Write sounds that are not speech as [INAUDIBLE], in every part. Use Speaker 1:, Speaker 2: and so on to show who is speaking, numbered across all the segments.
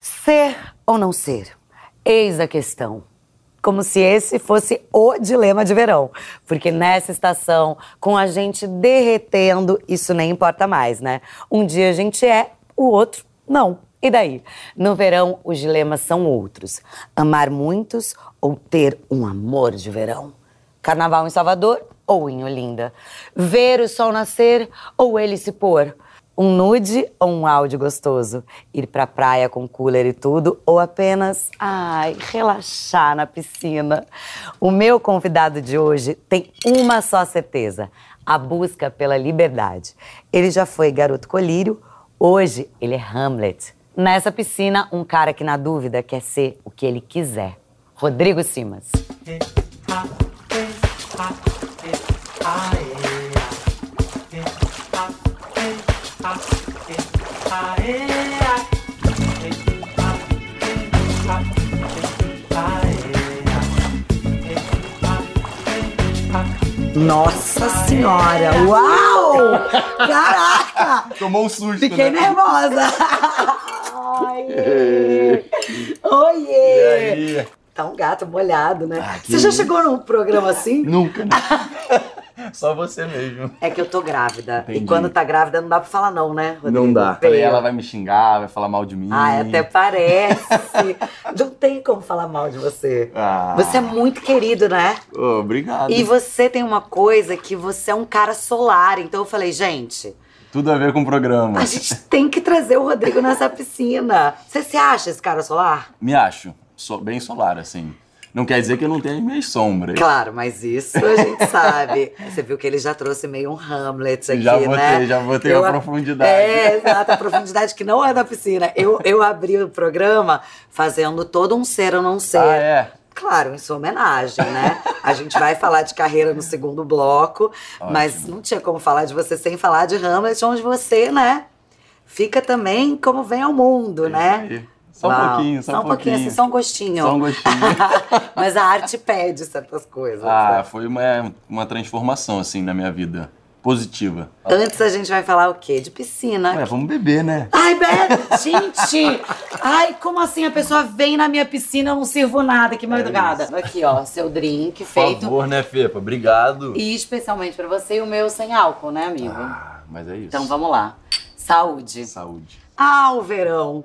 Speaker 1: Ser ou não ser? Eis a questão. Como se esse fosse o dilema de verão. Porque nessa estação, com a gente derretendo, isso nem importa mais, né? Um dia a gente é, o outro não. E daí? No verão, os dilemas são outros: amar muitos ou ter um amor de verão? Carnaval em Salvador ou em Olinda? Ver o sol nascer ou ele se pôr? Um nude ou um áudio gostoso? Ir pra praia com cooler e tudo ou apenas, ai, relaxar na piscina? O meu convidado de hoje tem uma só certeza: a busca pela liberdade. Ele já foi garoto colírio, hoje ele é Hamlet. Nessa piscina, um cara que na dúvida quer ser o que ele quiser. Rodrigo Simas. Nossa senhora! Uau! Caraca!
Speaker 2: Tomou um susto,
Speaker 1: Fiquei
Speaker 2: né?
Speaker 1: nervosa! Oiê! Oiê!
Speaker 2: E aí?
Speaker 1: Tá um gato molhado, né?
Speaker 2: Ah, que
Speaker 1: Você já
Speaker 2: isso.
Speaker 1: chegou num programa assim?
Speaker 2: Nunca, né? [LAUGHS] Só você mesmo.
Speaker 1: É que eu tô grávida. E
Speaker 2: Entendi.
Speaker 1: quando tá grávida não dá pra falar não, né, Rodrigo?
Speaker 2: Falei,
Speaker 1: Veio.
Speaker 2: ela vai me xingar, vai falar mal de mim.
Speaker 1: Ai, Ah, é até parece. não tem como falar mal de você.
Speaker 2: Ah,
Speaker 1: Você é muito querido, né?
Speaker 2: Ô, obrigado.
Speaker 1: E você tem uma coisa que você é um cara solar. Então eu falei, gente,
Speaker 2: Tudo a ver com o programa.
Speaker 1: a gente tem que trazer o Rodrigo nessa piscina. Você se acha esse cara solar?
Speaker 2: Me acho. Sou bem solar, assim. Não quer dizer que eu não tenha as minhas sombras.
Speaker 1: Claro, mas isso a gente sabe. Você viu que ele já trouxe meio um Hamlet aqui,
Speaker 2: já botei,
Speaker 1: né?
Speaker 2: já botei
Speaker 1: Eu-
Speaker 2: a profundidade.
Speaker 1: É, exato, a profundidade que não é da piscina. Eu, eu abri o programa fazendo todo um ser ou não ser.
Speaker 2: Ah, é?
Speaker 1: Claro, em sua homenagem, né? A gente vai falar de carreira no segundo bloco, mas não tinha como falar de você sem falar de Hamlet, onde você, né, fica também como vem ao mundo, né?
Speaker 2: É Isso aí. Só um
Speaker 1: Uau.
Speaker 2: pouquinho, só,
Speaker 1: um pouquinho. assim, só um gostinho.
Speaker 2: Só um gostinho.
Speaker 1: [LAUGHS] mas a arte pede certas coisas.
Speaker 2: ah,
Speaker 1: né?
Speaker 2: foi uma, uma transformação, assim, na minha vida. Positiva.
Speaker 1: Antes a gente vai falar o quê? De piscina.
Speaker 2: Ué, vamos beber, né?
Speaker 1: Ai, Beto, gente! Ai, como assim? A pessoa vem na minha piscina, eu não sirvo nada, que mal educada. Aqui, ó, seu drink
Speaker 2: É Por
Speaker 1: feito.
Speaker 2: favor, né, Fepa? Obrigado.
Speaker 1: E especialmente pra você e o meu sem álcool, né, amigo?
Speaker 2: Ah, mas é isso.
Speaker 1: Então vamos lá. Saúde.
Speaker 2: Saúde.
Speaker 1: Ah, o verão.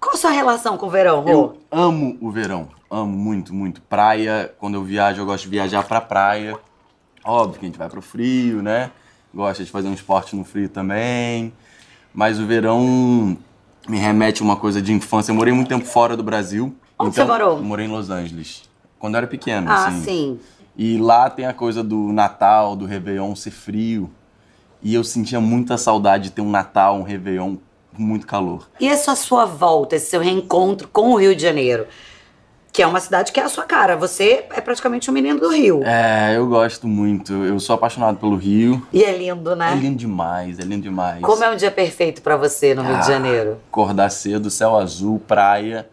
Speaker 1: Qual a sua relação com o verão, Rô?
Speaker 2: Eu amo o verão. Amo muito, muito. Praia. Quando eu viajo, eu gosto de viajar pra praia. Óbvio que a gente vai pro frio, né? Gosta de fazer um esporte no frio também. Mas o verão me remete a uma coisa de infância. Eu morei muito tempo fora do Brasil. Então,
Speaker 1: Onde você morou?
Speaker 2: eu Morei em Los Angeles. Quando eu era pequeno,
Speaker 1: Ah,
Speaker 2: assim.
Speaker 1: sim.
Speaker 2: E lá tem a coisa do Natal, do Réveillon ser frio. E eu sentia muita saudade de ter um Natal, um Réveillon com muito calor.
Speaker 1: E essa sua volta, esse seu reencontro com o Rio de Janeiro? Que é uma cidade que é a sua cara. Você é praticamente um menino do Rio.
Speaker 2: É, eu gosto muito. Eu sou apaixonado pelo Rio.
Speaker 1: E é lindo, né?
Speaker 2: É lindo demais, é lindo demais.
Speaker 1: Como é um dia perfeito pra você no Rio
Speaker 2: Ah.
Speaker 1: de Janeiro?
Speaker 2: Acordar cedo, céu azul, praia,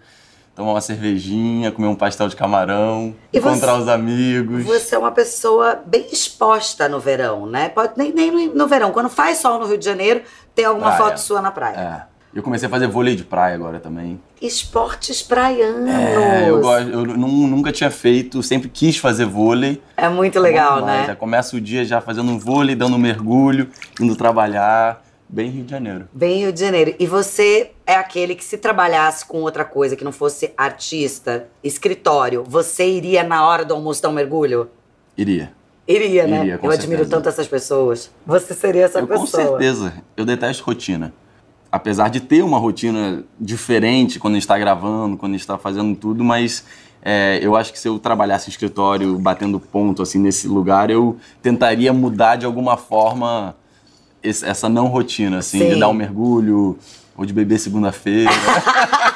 Speaker 2: tomar uma cervejinha, comer um pastel de camarão,
Speaker 1: E você-
Speaker 2: encontrar os amigos.
Speaker 1: Você é uma pessoa bem exposta no verão, né? Pode, nem, nem no- no verão. Quando faz sol no Rio de Janeiro, tem alguma
Speaker 2: Praia.
Speaker 1: foto sua na praia.
Speaker 2: É. Eu comecei a fazer vôlei de praia agora também.
Speaker 1: Esportes praianos.
Speaker 2: É, eu gosto, eu nu- nunca tinha feito, sempre quis fazer vôlei.
Speaker 1: É muito legal,
Speaker 2: Bom demais. Já
Speaker 1: né?
Speaker 2: começa o dia já fazendo um vôlei, dando um mergulho, indo trabalhar. Bem Rio de Janeiro.
Speaker 1: Bem Rio de Janeiro. E você é aquele que se trabalhasse com outra coisa, que não fosse artista, escritório, você iria na hora do almoço dar um mergulho?
Speaker 2: Iria.
Speaker 1: Iria, né?
Speaker 2: Iria, com
Speaker 1: eu admiro
Speaker 2: certeza.
Speaker 1: tanto essas pessoas. Você seria essa
Speaker 2: eu,
Speaker 1: pessoa.
Speaker 2: com certeza. Eu detesto rotina. Apesar de ter uma rotina diferente quando a gente está gravando, quando a gente está fazendo tudo, mas é, eu acho que se eu trabalhasse em escritório, batendo ponto, assim, nesse lugar, eu tentaria mudar de alguma forma esse- essa não rotina, assim,
Speaker 1: Sim.
Speaker 2: de dar um mergulho ou de beber segunda-feira.
Speaker 1: [LAUGHS]
Speaker 2: [LAUGHS]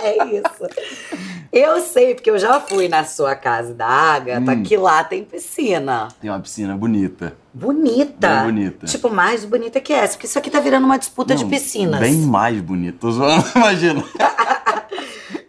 Speaker 1: É isso. Eu sei, porque eu já fui na sua casa da Agatha,
Speaker 2: Hum.
Speaker 1: que lá tem piscina.
Speaker 2: Tem uma piscina bonita.
Speaker 1: Bonita.
Speaker 2: Bem bonita.
Speaker 1: Tipo, mais bonita que essa. Porque isso aqui tá virando uma disputa de
Speaker 2: Não,
Speaker 1: piscinas.
Speaker 2: Bem mais bonita. Tô zoando, [LAUGHS] imagina.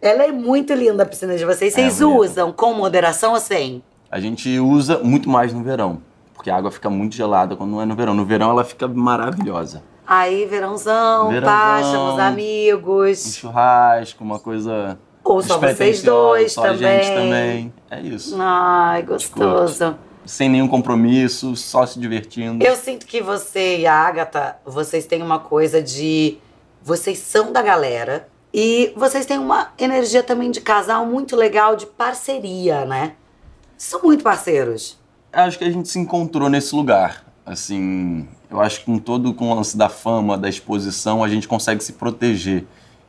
Speaker 1: Ela é muito linda a piscina de vocês.
Speaker 2: É,
Speaker 1: Vocês
Speaker 2: bonita.
Speaker 1: usam com moderação ou sem?
Speaker 2: A gente usa muito mais no verão, porque a água fica muito gelada quando não é no verão. No verão ela fica maravilhosa.
Speaker 1: Aí, verãozão,
Speaker 2: Verãozão.
Speaker 1: pá, chama os
Speaker 2: Um
Speaker 1: amigos.
Speaker 2: churrasco, uma coisa.
Speaker 1: Ou só vocês
Speaker 2: despretensiosa,
Speaker 1: dois
Speaker 2: só a
Speaker 1: também.
Speaker 2: gente também. É isso.
Speaker 1: Ai, gostoso.
Speaker 2: Sem nenhum compromisso, só se divertindo.
Speaker 1: Eu sinto que você e a Agatha, vocês têm uma coisa de. Vocês são da galera. E vocês têm uma energia também de casal muito legal, de parceria, né? São muito parceiros.
Speaker 2: acho que a gente se encontrou nesse lugar. Assim, eu acho que com todo com o lance da fama, da exposição, a gente consegue se proteger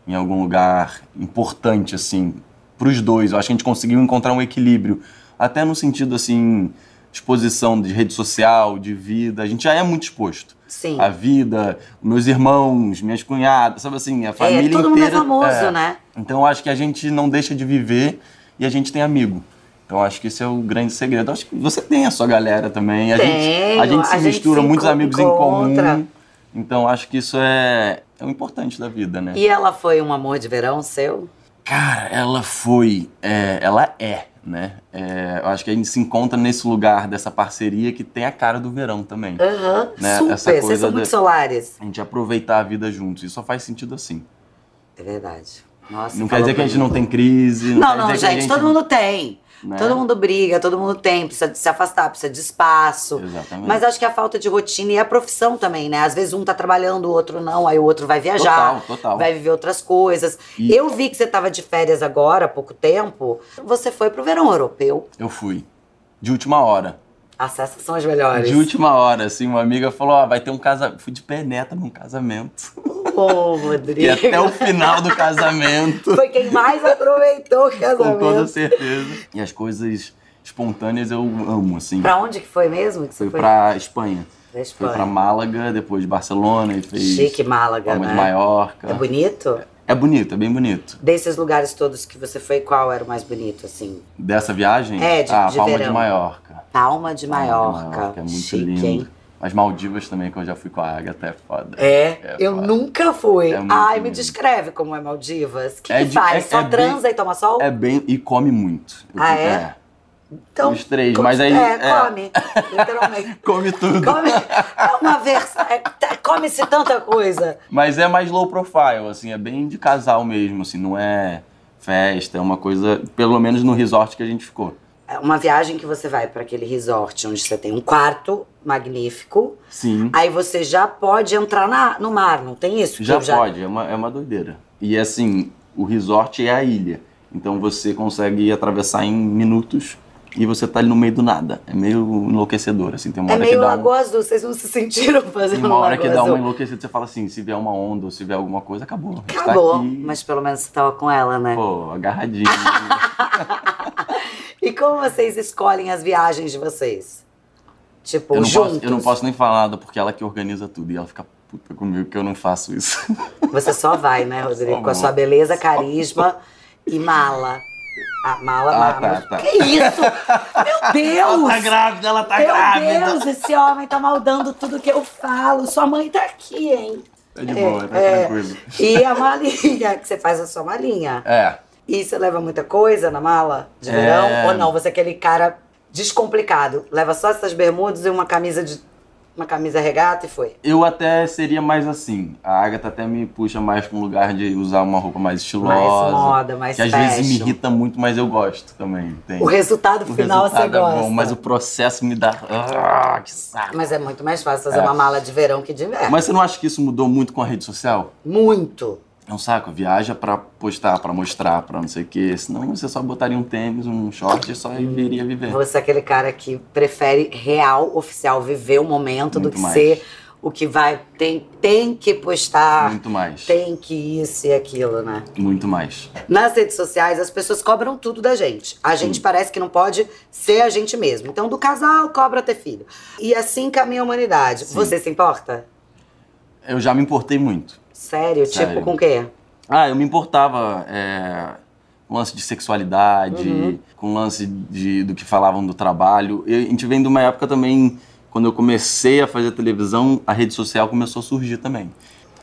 Speaker 2: em algum lugar importante, assim, pros dois. Eu acho que a gente conseguiu encontrar um equilíbrio. Até no sentido, assim, exposição de rede social, de vida. A gente já é muito exposto.
Speaker 1: Sim.
Speaker 2: A vida, meus irmãos, minhas cunhadas, sabe assim, a família
Speaker 1: é, todo mundo é
Speaker 2: inteira.
Speaker 1: famoso,
Speaker 2: é.
Speaker 1: né?
Speaker 2: Então eu acho que a gente não deixa de viver e a gente tem amigo. Então eu acho que esse é o grande segredo. Eu Acho que você tem a sua galera também. A gente, a
Speaker 1: Tenho,
Speaker 2: gente se
Speaker 1: a gente
Speaker 2: mistura,
Speaker 1: se
Speaker 2: muitos
Speaker 1: enco-
Speaker 2: amigos em
Speaker 1: encontra.
Speaker 2: comum. Então eu acho que isso é, é o importante da vida, né?
Speaker 1: E ela foi um amor de verão seu?
Speaker 2: Cara, ela foi. é, ela é, né? É, eu acho que a gente se encontra nesse lugar dessa parceria que tem a cara do verão também.
Speaker 1: Aham,
Speaker 2: Né,
Speaker 1: super.
Speaker 2: essa
Speaker 1: Vocês
Speaker 2: coisa
Speaker 1: são muito
Speaker 2: de-
Speaker 1: solares.
Speaker 2: A gente aproveitar a vida juntos. Isso só faz sentido assim.
Speaker 1: É verdade. Nossa, falou
Speaker 2: Não quer dizer que a
Speaker 1: bem.
Speaker 2: gente não tem crise.
Speaker 1: Não,
Speaker 2: quer
Speaker 1: não,
Speaker 2: dizer é que
Speaker 1: gente,
Speaker 2: a
Speaker 1: todo mundo tem.
Speaker 2: né?
Speaker 1: Todo mundo briga, todo mundo tem, precisa de se afastar, precisa de espaço.
Speaker 2: Exatamente.
Speaker 1: Mas ah, acho que a falta de rotina e a profissão também, né? Às vezes um tá trabalhando, o outro não, aí o outro vai viajar,
Speaker 2: Total, total.
Speaker 1: vai viver outras coisas.
Speaker 2: E-
Speaker 1: Eu vi que você tava de férias agora, há pouco tempo. Você foi pro verão europeu.
Speaker 2: Eu fui. De última hora.
Speaker 1: Acessas são as melhores.
Speaker 2: De última hora, assim, uma amiga falou: ó, vai ter um casamento. Fui de penetra num casamento.
Speaker 1: Ô,
Speaker 2: [LAUGHS] E
Speaker 1: Rodrigo. [LAUGHS]
Speaker 2: até o final do casamento,
Speaker 1: Foi quem mais aproveitou o
Speaker 2: com
Speaker 1: casamento.
Speaker 2: toda certeza. E as coisas espontâneas eu amo, assim.
Speaker 1: Pra onde que foi mesmo? Que você
Speaker 2: Foi
Speaker 1: foi
Speaker 2: pra Espanha.
Speaker 1: Pra
Speaker 2: Foi
Speaker 1: Espanha.
Speaker 2: pra Málaga, depois Barcelona, e fez
Speaker 1: Chique Málaga,
Speaker 2: Palma
Speaker 1: né?
Speaker 2: de Maiorca.
Speaker 1: É bonito?
Speaker 2: É bonito, é bem bonito.
Speaker 1: Desses lugares todos que você foi, qual era o mais bonito, assim?
Speaker 2: Dessa viagem?
Speaker 1: É, de-
Speaker 2: ah,
Speaker 1: de
Speaker 2: Palma de
Speaker 1: verão.
Speaker 2: Maiorca.
Speaker 1: Palma de Maiorca.
Speaker 2: Palma de Maiorca, é muito
Speaker 1: Chique,
Speaker 2: lindo.
Speaker 1: hein?
Speaker 2: As Maldivas também, que eu já fui com a Agatha, é foda.
Speaker 1: É,
Speaker 2: É,
Speaker 1: eu
Speaker 2: foda.
Speaker 1: nunca fui.
Speaker 2: É muito
Speaker 1: Ai, me
Speaker 2: lindo.
Speaker 1: descreve como é Maldivas. O que,
Speaker 2: É
Speaker 1: que
Speaker 2: de-
Speaker 1: faz?
Speaker 2: é-
Speaker 1: Só
Speaker 2: é bem-
Speaker 1: transa e toma sol?
Speaker 2: É bem. E come muito. Eu
Speaker 1: Ah,
Speaker 2: fico-
Speaker 1: é? então,
Speaker 2: os três,
Speaker 1: co-
Speaker 2: mas aí-
Speaker 1: É,
Speaker 2: é.
Speaker 1: come. Literalmente.
Speaker 2: Come [LAUGHS] tudo.
Speaker 1: Come, é uma versão. É, tá- Come-se tanta coisa.
Speaker 2: Mas é mais low profile, assim, é bem de casal mesmo, assim, não é festa, é uma coisa, pelo menos no resort que a gente ficou.
Speaker 1: É uma viagem que você vai para aquele resort onde você tem um quarto magnífico.
Speaker 2: Sim.
Speaker 1: Aí você já pode entrar na- no mar, não tem isso? Que
Speaker 2: Já
Speaker 1: Ah, eu
Speaker 2: pode, é uma, é uma doideira. E assim, o resort é a ilha. Então você consegue atravessar em minutos e você tá ali no meio do nada. É meio enlouquecedor, assim, tem uma
Speaker 1: É
Speaker 2: hora
Speaker 1: meio
Speaker 2: que dá um-
Speaker 1: Lagoa um Azul, vocês não se sentiram
Speaker 2: tem
Speaker 1: fazendo
Speaker 2: uma hora
Speaker 1: Lagoa
Speaker 2: que dá
Speaker 1: Azul?
Speaker 2: uma enlouquecida, você fala assim, se vier uma onda ou se vier alguma coisa, acabou. A gente
Speaker 1: Acabou,
Speaker 2: tá aqui,
Speaker 1: mas pelo menos você tava com ela, né?
Speaker 2: Pô, agarradinho.
Speaker 1: [LAUGHS] E como vocês escolhem as viagens de vocês? Tipo,
Speaker 2: Eu não,
Speaker 1: juntos.
Speaker 2: posso, eu não posso nem falar nada porque ela que organiza tudo e ela fica puta comigo que eu não faço isso.
Speaker 1: Você só vai, né, Rodrigo?
Speaker 2: Só
Speaker 1: Com a
Speaker 2: vou.
Speaker 1: sua beleza, carisma e mala. A mala,
Speaker 2: Ah,
Speaker 1: mala.
Speaker 2: tá,
Speaker 1: mas-
Speaker 2: tá.
Speaker 1: Que isso?
Speaker 2: [LAUGHS]
Speaker 1: Meu Deus!
Speaker 2: grávida, [LAUGHS] ela tá
Speaker 1: Meu Deus, esse homem tá maldando tudo que eu falo. Sua mãe tá aqui, hein?
Speaker 2: Tá de boa, tá
Speaker 1: É, é.
Speaker 2: tranquilo.
Speaker 1: E a malinha, que você faz a sua malinha.
Speaker 2: É.
Speaker 1: E você leva muita coisa na mala de
Speaker 2: É.
Speaker 1: verão? Ou não? Você é aquele cara descomplicado. Leva só essas bermudas e uma camisa de. Uma camisa regata e foi.
Speaker 2: Eu até seria mais assim. A Agatha até me puxa mais pra um lugar de usar uma roupa mais estilosa.
Speaker 1: Mais moda, mais
Speaker 2: que às
Speaker 1: fashion.
Speaker 2: vezes me irrita muito, mas eu gosto também. Entende?
Speaker 1: O resultado
Speaker 2: O
Speaker 1: final
Speaker 2: resultado
Speaker 1: você
Speaker 2: é
Speaker 1: gosta.
Speaker 2: bom, mas o processo me dá. Ah, que saco.
Speaker 1: Mas é muito mais fácil fazer
Speaker 2: É.
Speaker 1: uma mala de verão que de inverno.
Speaker 2: Mas você não acha que isso mudou muito com a rede social?
Speaker 1: Muito.
Speaker 2: É um saco, viaja pra postar, pra mostrar, pra não sei o quê. Senão você só botaria um tênis, um short e só iria viver.
Speaker 1: Você é aquele cara que prefere real, oficial, viver o momento do
Speaker 2: Muito
Speaker 1: que
Speaker 2: mais.
Speaker 1: ser o que vai. Tem, tem que postar,
Speaker 2: Muito mais.
Speaker 1: Ah, tem que isso e aquilo, né?
Speaker 2: Muito mais.
Speaker 1: Nas redes sociais, as pessoas cobram tudo da gente. A gente parece que não pode ser a gente mesmo. Então, do casal, cobra ter filho. E assim caminha a humanidade.
Speaker 2: Sim.
Speaker 1: Você se importa?
Speaker 2: Eu já me importei muito.
Speaker 1: Sério?
Speaker 2: Sério.
Speaker 1: Tipo, com o quê?
Speaker 2: Ah, eu me importava é, com lance de sexualidade,
Speaker 1: Uhum.
Speaker 2: com lance de, do que falavam do trabalho. Eu- a gente vem de uma época também, quando eu comecei a fazer televisão, a rede social começou a surgir também.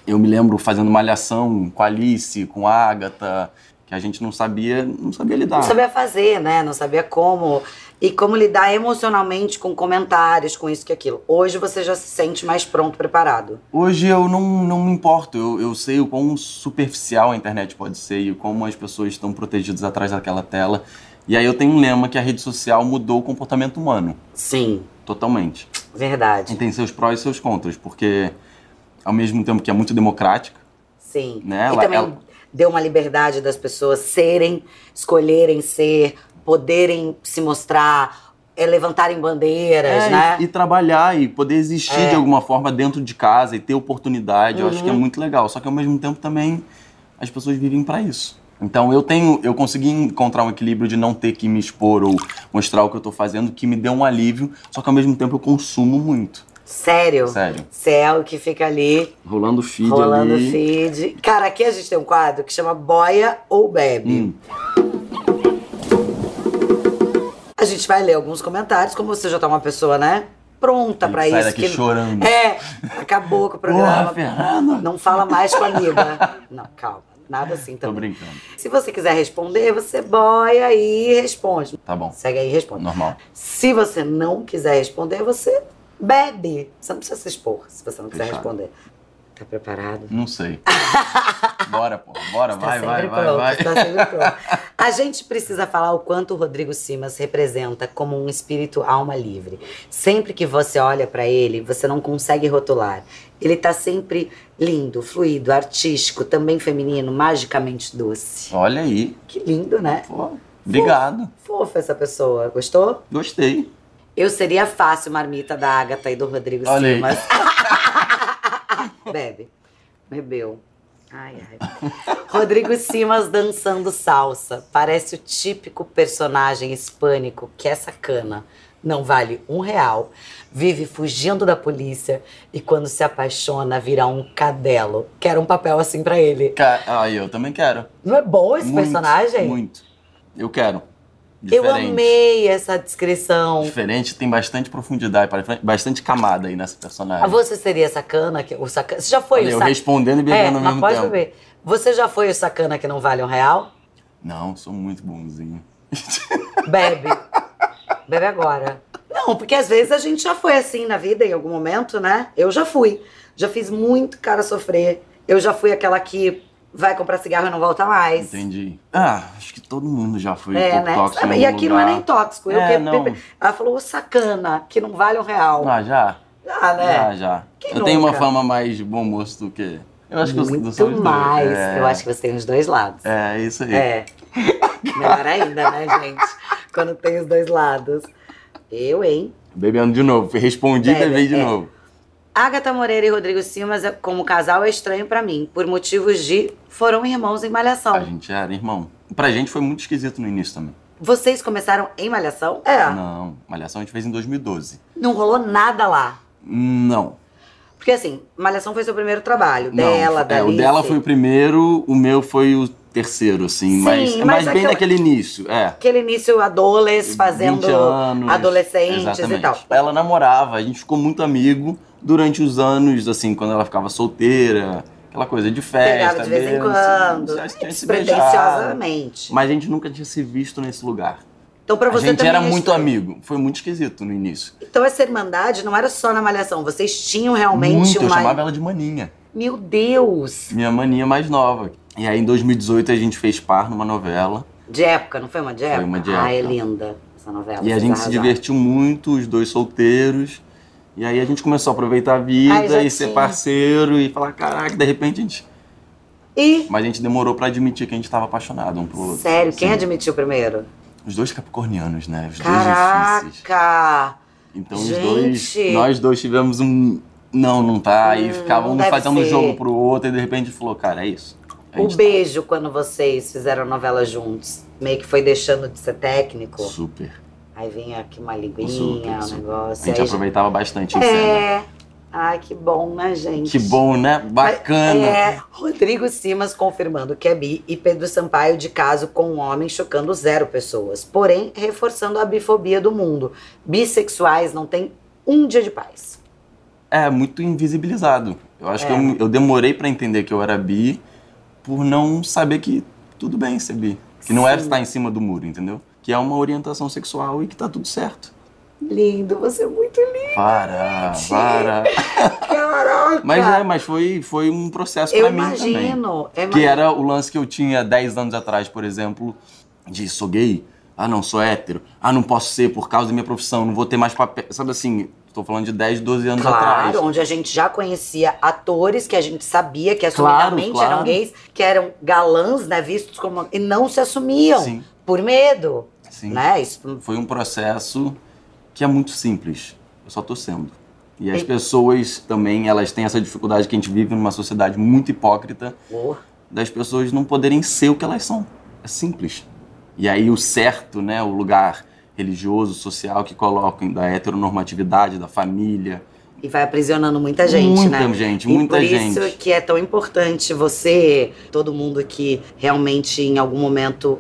Speaker 2: Eu me lembro fazendo malhação com a Alice, com a Agatha, que que a gente não sabia, não sabia lidar.
Speaker 1: Não sabia fazer, né? Não sabia como. E como lidar emocionalmente com comentários, com isso que aquilo. Hoje você já se sente mais pronto, preparado.
Speaker 2: Hoje eu não, não me importo, eu, eu sei o quão superficial a internet pode ser e como as pessoas estão protegidas atrás daquela tela. E aí eu tenho um lema que a rede social mudou o comportamento humano,
Speaker 1: Sim,
Speaker 2: totalmente. E
Speaker 1: verdade.
Speaker 2: tem seus prós e seus contras, porque ao mesmo tempo que é muito democrática,
Speaker 1: Sim.
Speaker 2: Né,
Speaker 1: e
Speaker 2: ela-
Speaker 1: também
Speaker 2: ela-
Speaker 1: deu uma liberdade das pessoas serem, escolherem ser, poderem se mostrar, é, levantarem bandeiras,
Speaker 2: É,
Speaker 1: né?
Speaker 2: e, e trabalhar e poder existir
Speaker 1: É.
Speaker 2: de alguma forma dentro de casa e ter oportunidade, eu acho
Speaker 1: Uhum.
Speaker 2: que é muito legal. Só que ao mesmo tempo também as pessoas vivem para isso. Então eu tenho, eu consegui encontrar um equilíbrio de não ter que me expor ou mostrar o que eu tô fazendo, que me deu um alívio, só que ao mesmo tempo eu consumo muito.
Speaker 1: Sério.
Speaker 2: Sério.
Speaker 1: Céu que fica ali,
Speaker 2: Rolando feed
Speaker 1: rolando
Speaker 2: ali.
Speaker 1: feed. Cara, aqui a gente tem um quadro que chama Boia ou Bebe.
Speaker 2: Hum.
Speaker 1: A gente vai ler alguns comentários, como você já tá uma pessoa, né? Pronta pra
Speaker 2: Sai
Speaker 1: isso.
Speaker 2: daqui chorando.
Speaker 1: É, acabou com o
Speaker 2: Porra,
Speaker 1: programa.
Speaker 2: Fernanda.
Speaker 1: não fala mais com a amiga. Não, calma. Nada assim
Speaker 2: Tô
Speaker 1: também.
Speaker 2: brincando.
Speaker 1: Se você quiser responder, você boia e responde.
Speaker 2: Tá bom.
Speaker 1: Segue aí e responde.
Speaker 2: Normal.
Speaker 1: Se você não quiser responder, você bebe. Você não precisa se expor se você não quiser
Speaker 2: Fechado.
Speaker 1: responder. Tá preparado?
Speaker 2: Não [LAUGHS] sei. Bora, pô. Bora,
Speaker 1: Tá
Speaker 2: vai, vai,
Speaker 1: sempre
Speaker 2: vai,
Speaker 1: pronto,
Speaker 2: vai.
Speaker 1: tá
Speaker 2: [LAUGHS]
Speaker 1: sempre pronto. A gente precisa falar o quanto o Rodrigo Simas representa como um espírito alma livre. Sempre que você olha pra ele, você não consegue rotular. Ele tá sempre lindo, fluido, artístico, também feminino, magicamente doce.
Speaker 2: Olha aí.
Speaker 1: Que lindo, né?
Speaker 2: Pô, obrigado.
Speaker 1: Fofa essa pessoa. Gostou?
Speaker 2: Gostei.
Speaker 1: Eu seria fácil marmita da Agatha e do Rodrigo
Speaker 2: Olha aí. [LAUGHS]
Speaker 1: Simas. Bebe. Bebeu. Ai, ai. Rodrigo Simas dançando salsa. Parece o típico personagem hispânico que é sacana. Não vale um real, vive fugindo da polícia e quando se apaixona vira um cadelo. Quero um papel assim pra ele.
Speaker 2: Ca- Ah, eu também quero.
Speaker 1: Não é bom esse
Speaker 2: Muito,
Speaker 1: personagem?
Speaker 2: Muito. Eu quero. Diferente.
Speaker 1: Eu amei essa descrição.
Speaker 2: Diferente, tem bastante profundidade, pare- bastante camada aí nessa
Speaker 1: Ah,
Speaker 2: personagem.
Speaker 1: Você seria sacana? Que, o sacana você já foi
Speaker 2: Olha,
Speaker 1: o
Speaker 2: eu
Speaker 1: sacana?
Speaker 2: respondendo e
Speaker 1: É,
Speaker 2: bebendo
Speaker 1: mas
Speaker 2: ao mesmo
Speaker 1: pode
Speaker 2: tempo.
Speaker 1: beber. Você já foi o sacana que não vale um real?
Speaker 2: Não, sou muito bonzinho.
Speaker 1: Bebe. [LAUGHS] Bebe agora. Não, porque às vezes a gente já foi assim na vida, em algum momento, né? Eu já fui. Já fiz muito cara sofrer. Eu já fui aquela que vai comprar cigarro e não volta mais.
Speaker 2: Entendi. Ah, acho que todo mundo já foi um
Speaker 1: É,
Speaker 2: pouco
Speaker 1: né?
Speaker 2: tóxico.
Speaker 1: Sabe?
Speaker 2: em
Speaker 1: E
Speaker 2: algum
Speaker 1: aqui
Speaker 2: lugar.
Speaker 1: não é nem tóxico. Eu
Speaker 2: É,
Speaker 1: que-
Speaker 2: não.
Speaker 1: Ela falou, ô sacana, que não vale um real.
Speaker 2: Ah, já?
Speaker 1: Ah, né?
Speaker 2: Já, já.
Speaker 1: Quem
Speaker 2: eu tenho uma
Speaker 1: nunca?
Speaker 2: fama mais de bom moço do que. Eu acho que eu
Speaker 1: Muito
Speaker 2: sou os dois.
Speaker 1: mais.
Speaker 2: É,
Speaker 1: Eu acho que você tem os dois lados.
Speaker 2: É, isso aí.
Speaker 1: É. Melhor ainda, né, gente? Quando tem os dois lados. Eu, hein?
Speaker 2: Bebendo de novo. Respondi e
Speaker 1: Bebe,
Speaker 2: bebei de
Speaker 1: é.
Speaker 2: novo.
Speaker 1: Agatha Moreira e Rodrigo Simas, como casal, é estranho pra mim, por motivos de foram irmãos em Malhação.
Speaker 2: A gente era irmão. Pra gente foi muito esquisito no início também.
Speaker 1: Vocês começaram em Malhação? É. Não.
Speaker 2: Não, Malhação a gente fez em 2012.
Speaker 1: rolou nada lá.
Speaker 2: Não.
Speaker 1: Porque assim, Malhação foi seu primeiro trabalho. dela,
Speaker 2: não.
Speaker 1: da
Speaker 2: É, o
Speaker 1: Alice.
Speaker 2: dela foi o primeiro, o meu foi o terceiro, assim.
Speaker 1: Sim,
Speaker 2: mas,
Speaker 1: mas
Speaker 2: mas bem
Speaker 1: aquela-
Speaker 2: naquele início, é.
Speaker 1: Aquele início adoles, fazendo
Speaker 2: 20 anos,
Speaker 1: adolescentes
Speaker 2: exatamente.
Speaker 1: e tal.
Speaker 2: Ela namorava, a gente ficou muito amigo durante os anos, assim, quando ela ficava solteira, aquela coisa de festa.
Speaker 1: Pegava de vez em
Speaker 2: dança,
Speaker 1: quando.
Speaker 2: Já tinha se beijado.
Speaker 1: Despretensiosamente.
Speaker 2: Mas a gente nunca tinha se visto nesse lugar.
Speaker 1: Então, pra
Speaker 2: A
Speaker 1: você
Speaker 2: gente
Speaker 1: também
Speaker 2: era
Speaker 1: é
Speaker 2: muito
Speaker 1: estranho.
Speaker 2: amigo. Foi muito esquisito no início.
Speaker 1: Então essa irmandade não era só na malhação, vocês tinham realmente
Speaker 2: muito, eu
Speaker 1: uma.
Speaker 2: chamava ela de maninha.
Speaker 1: Meu Deus!
Speaker 2: minha maninha mais nova. E aí em 2018 a gente fez par numa novela
Speaker 1: De época, não foi uma de época?
Speaker 2: uma de
Speaker 1: Ah, é
Speaker 2: época.
Speaker 1: linda essa novela.
Speaker 2: e a
Speaker 1: vocês
Speaker 2: gente se
Speaker 1: arrasaram.
Speaker 2: divertiu muito, os dois solteiros. E aí a gente começou a aproveitar a vida
Speaker 1: Ai, já
Speaker 2: e ser
Speaker 1: tinha.
Speaker 2: parceiro e falar, caraca, de repente a gente.
Speaker 1: E,
Speaker 2: Mas a gente demorou pra admitir que a gente tava apaixonado um pro outro.
Speaker 1: sério, quem
Speaker 2: Sim.
Speaker 1: admitiu primeiro?
Speaker 2: Os dois capricornianos, né? Os dois difíceis.
Speaker 1: Caraca!
Speaker 2: Então
Speaker 1: Gente!
Speaker 2: os dois, nós dois tivemos um não, não tá, e
Speaker 1: Hum,
Speaker 2: ficavam um
Speaker 1: deve
Speaker 2: fazendo
Speaker 1: ser.
Speaker 2: jogo pro outro e de repente falou, cara, é isso. A
Speaker 1: O
Speaker 2: gente
Speaker 1: beijo quando vocês fizeram a novela juntos, meio que foi deixando de ser técnico.
Speaker 2: tá super.
Speaker 1: Aí vinha aqui uma
Speaker 2: Super,
Speaker 1: linguinha, um
Speaker 2: super. A
Speaker 1: negócio.
Speaker 2: gente
Speaker 1: aí
Speaker 2: aproveitava bastante né? em cena.
Speaker 1: É. Ai, que bom, né, gente?
Speaker 2: Que bom, né? Bacana.
Speaker 1: É, Rodrigo Simas confirmando que é bi e Pedro Sampaio de caso com um homem chocando zero pessoas. Porém, reforçando a bifobia do mundo. Bissexuais não têm um dia de paz.
Speaker 2: É, muito invisibilizado. Eu acho
Speaker 1: É.
Speaker 2: que eu, eu demorei pra entender que eu era bi por não saber que, tudo bem ser bi. Que não é estar em cima do muro, entendeu? Que é uma orientação sexual e que tá tudo certo.
Speaker 3: Lindo, você é muito lindo.
Speaker 2: Para, para.
Speaker 3: Caraca.
Speaker 2: Mas é, mas foi, foi um processo
Speaker 3: eu
Speaker 2: pra mim também.
Speaker 3: imagino.
Speaker 1: é
Speaker 3: eu
Speaker 2: Que
Speaker 3: imagino.
Speaker 2: era o lance que eu tinha 10 anos atrás, por exemplo, de sou gay, ah não, sou hétero, ah não posso ser por causa da minha profissão, não vou ter mais papel. Sabe assim, tô falando de 10, 12 anos atrás.
Speaker 1: Claro, onde a gente já conhecia atores que a gente sabia que assumidamente
Speaker 2: claro.
Speaker 1: eram gays, que eram galãs, né, vistos como e não se assumiam
Speaker 2: Sim,
Speaker 1: por medo,
Speaker 2: sim.
Speaker 1: né? Isso,
Speaker 2: Foi um processo que é muito simples. Eu só tô sendo. E as
Speaker 1: E-
Speaker 2: pessoas também, elas têm essa dificuldade que a gente vive numa sociedade muito hipócrita
Speaker 1: Pô,
Speaker 2: das pessoas não poderem ser o que elas são. É simples. E aí o certo, né, o lugar religioso, social que colocam da heteronormatividade, da família,
Speaker 1: e vai aprisionando muita gente,
Speaker 2: muita
Speaker 1: né?
Speaker 2: gente,
Speaker 1: E
Speaker 2: muita
Speaker 1: por
Speaker 2: gente.
Speaker 1: isso que é tão importante você, todo mundo que realmente em algum momento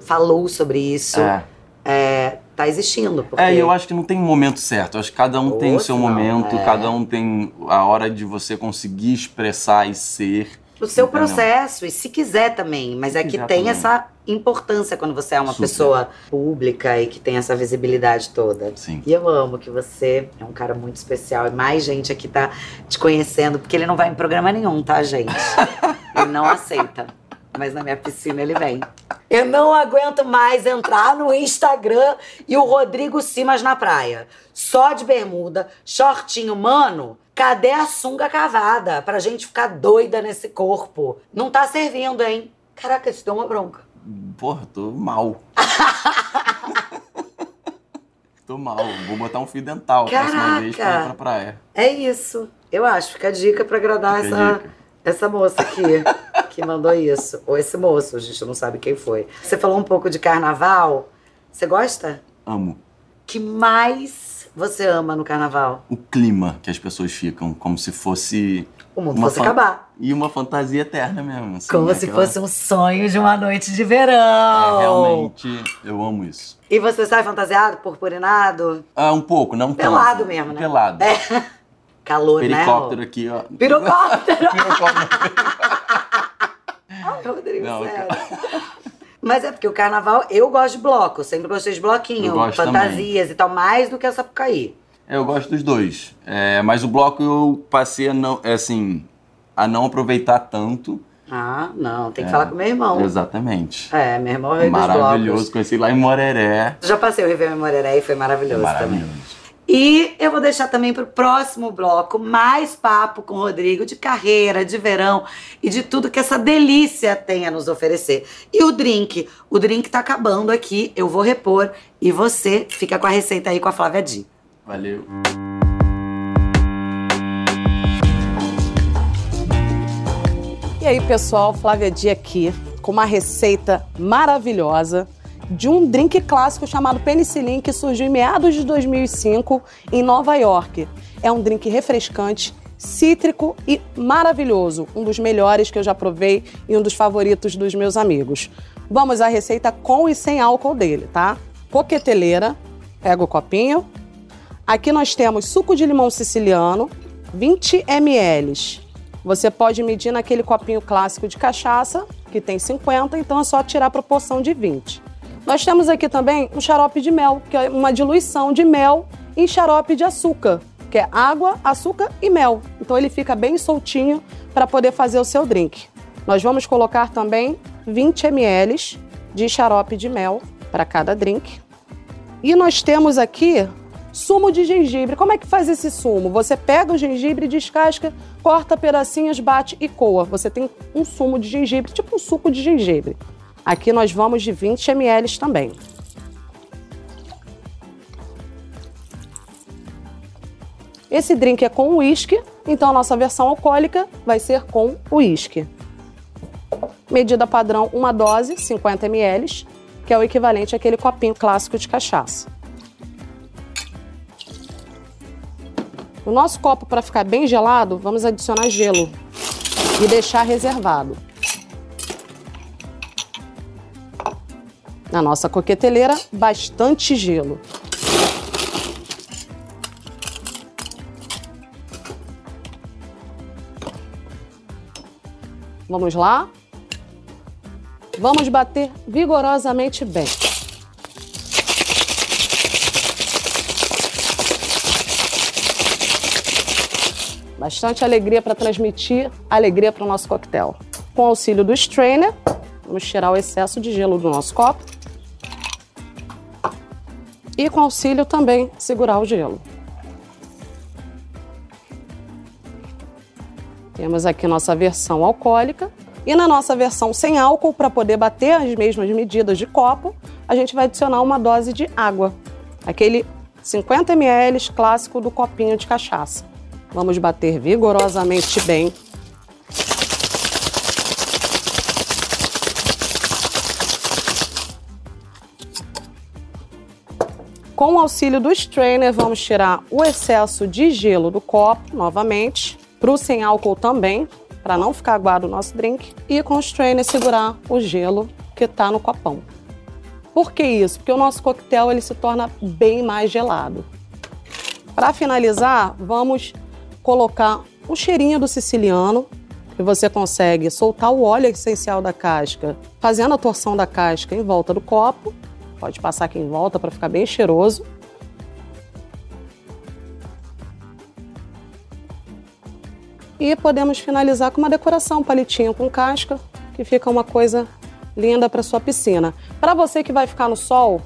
Speaker 1: falou sobre isso,
Speaker 2: É.
Speaker 1: é, tá existindo. Porque
Speaker 2: É, e eu acho que não tem um momento certo. Eu acho que cada um tem o seu
Speaker 1: Outro não,
Speaker 2: momento,
Speaker 1: é.
Speaker 2: cada um tem a hora de você conseguir expressar e ser.
Speaker 1: o seu
Speaker 2: Entendeu?
Speaker 1: processo, e se quiser também, mas é que
Speaker 2: quiser
Speaker 1: tem
Speaker 2: também.
Speaker 1: essa importância quando você é uma
Speaker 2: Super.
Speaker 1: pessoa pública e que tem essa visibilidade toda.
Speaker 2: Sim.
Speaker 1: E eu amo que você é um cara muito especial. E mais gente aqui tá te conhecendo, porque ele não vai em programa nenhum, tá, [LAUGHS] gente? ele não aceita. Mas na minha piscina ele vem. Eu não aguento mais entrar no Instagram e o Rodrigo Simas na praia. Só de bermuda, shortinho, mano. Cadê a sunga cavada pra gente ficar doida nesse corpo? Não tá servindo, hein? Caraca, isso deu uma bronca.
Speaker 2: Porra,
Speaker 1: [LAUGHS]
Speaker 2: tô mal. tô mal. Vou botar um fio dental a próxima vez pra ir pra
Speaker 1: Caraca!
Speaker 2: praia.
Speaker 1: É isso. Eu acho. Fica a dica pra agradar
Speaker 2: Fica a
Speaker 1: essa,
Speaker 2: dica.
Speaker 1: essa moça aqui que mandou isso. Ou esse moço, a gente não sabe quem foi. Você falou um pouco de carnaval. Você gosta?
Speaker 2: Amo.
Speaker 1: que mais você ama no carnaval?
Speaker 2: o clima que as pessoas ficam, como se fosse.
Speaker 1: O mundo
Speaker 2: Uma
Speaker 1: fosse
Speaker 2: fan-
Speaker 1: acabar.
Speaker 2: E uma fantasia eterna mesmo. assim,
Speaker 3: Como
Speaker 2: né?
Speaker 3: se
Speaker 2: Aquela-
Speaker 3: fosse um sonho de uma noite de
Speaker 2: É,
Speaker 3: verão.
Speaker 2: realmente, eu amo isso.
Speaker 1: E você sai fantasiado, purpurinado?
Speaker 2: Ah, um pouco, não tanto.
Speaker 1: Pelado mesmo, né?
Speaker 2: Pelado.
Speaker 1: É. Calor,
Speaker 2: Pirocóptero
Speaker 1: né?
Speaker 2: aqui, ó.
Speaker 1: Rô? Pirocóptero!
Speaker 2: [LAUGHS] Pirocóptero.
Speaker 1: Ai, Rodrigo,
Speaker 2: Não,
Speaker 1: sério. Mas é porque o carnaval, eu gosto de bloco. Sempre gostei de bloquinho,
Speaker 2: Eu gosto
Speaker 1: fantasias e tal, mais do que a Sapucaí.
Speaker 2: Eu gosto dos dois. É, mas o bloco eu passei a não, é, assim, a não aproveitar tanto.
Speaker 1: Ah, não, tem que
Speaker 2: É,
Speaker 1: falar com meu irmão.
Speaker 2: Exatamente.
Speaker 1: É, meu irmão veio dos blocos.
Speaker 2: Maravilhoso. Conheci lá em Moreré. É
Speaker 1: Já passei o Réveillon em Moreré e foi maravilhoso também.
Speaker 2: Maravilhoso.
Speaker 1: E eu vou deixar também pro próximo bloco mais papo com o Rodrigo de carreira, de verão e de tudo que essa delícia tem a nos oferecer. E o drink, o drink tá acabando aqui, eu vou repor e você fica com a receita aí com a Flávia Di.
Speaker 2: Valeu.
Speaker 4: E aí, pessoal, Flávia Dia aqui com uma receita maravilhosa de um drink clássico chamado penicilin que surgiu em meados de 2005 em Nova York. É um drink refrescante, cítrico e maravilhoso, um dos melhores que eu já provei e um dos favoritos dos meus amigos. Vamos à receita com e sem álcool dele, tá? Coqueteleira, pega o copinho. Aqui nós temos suco de limão siciliano, 20 ml. Você pode medir naquele copinho clássico de cachaça, que tem 50, então é só tirar a proporção de 20. Nós temos aqui também um xarope de mel, que é uma diluição de mel em xarope de açúcar, que é água, açúcar e mel. Então ele fica bem soltinho para poder fazer o seu drink. Nós vamos colocar também 20 ml de xarope de mel para cada drink. E nós temos aqui sumo de gengibre. Como é que faz esse sumo? Você pega o gengibre, descasca, corta pedacinhos, bate e coa. Você tem um sumo de gengibre, tipo um suco de gengibre. Aqui nós vamos de 20 ml também. Esse drink é com uísque, então a nossa versão alcoólica vai ser com uísque. Medida padrão, uma dose, 50 ml, que é o equivalente àquele copinho clássico de cachaça. O nosso copo, para ficar bem gelado, vamos adicionar gelo e deixar reservado. Na nossa coqueteleira, bastante gelo. Vamos lá? Vamos bater vigorosamente bem. Bastante alegria para transmitir alegria para o nosso coquetel. Com o auxílio do strainer, vamos tirar o excesso de gelo do nosso copo. E com auxílio também segurar o gelo. Temos aqui nossa versão alcoólica. E na nossa versão sem álcool, para poder bater as mesmas medidas de copo, a gente vai adicionar uma dose de água. Aquele 50 ml clássico do copinho de cachaça. Vamos bater vigorosamente bem. Com o auxílio do strainer, vamos tirar o excesso de gelo do copo novamente pro sem álcool também, para não ficar aguado o nosso drink, e com o strainer segurar o gelo que tá no copão. Por que isso? Porque o nosso coquetel ele se torna bem mais gelado. Para finalizar, vamos colocar o cheirinho do siciliano, que você consegue soltar o óleo essencial da casca, fazendo a torção da casca em volta do copo. Pode passar aqui em volta para ficar bem cheiroso. E podemos finalizar com uma decoração, um palitinho com casca, que fica uma coisa linda para sua piscina. Para você que vai ficar no sol,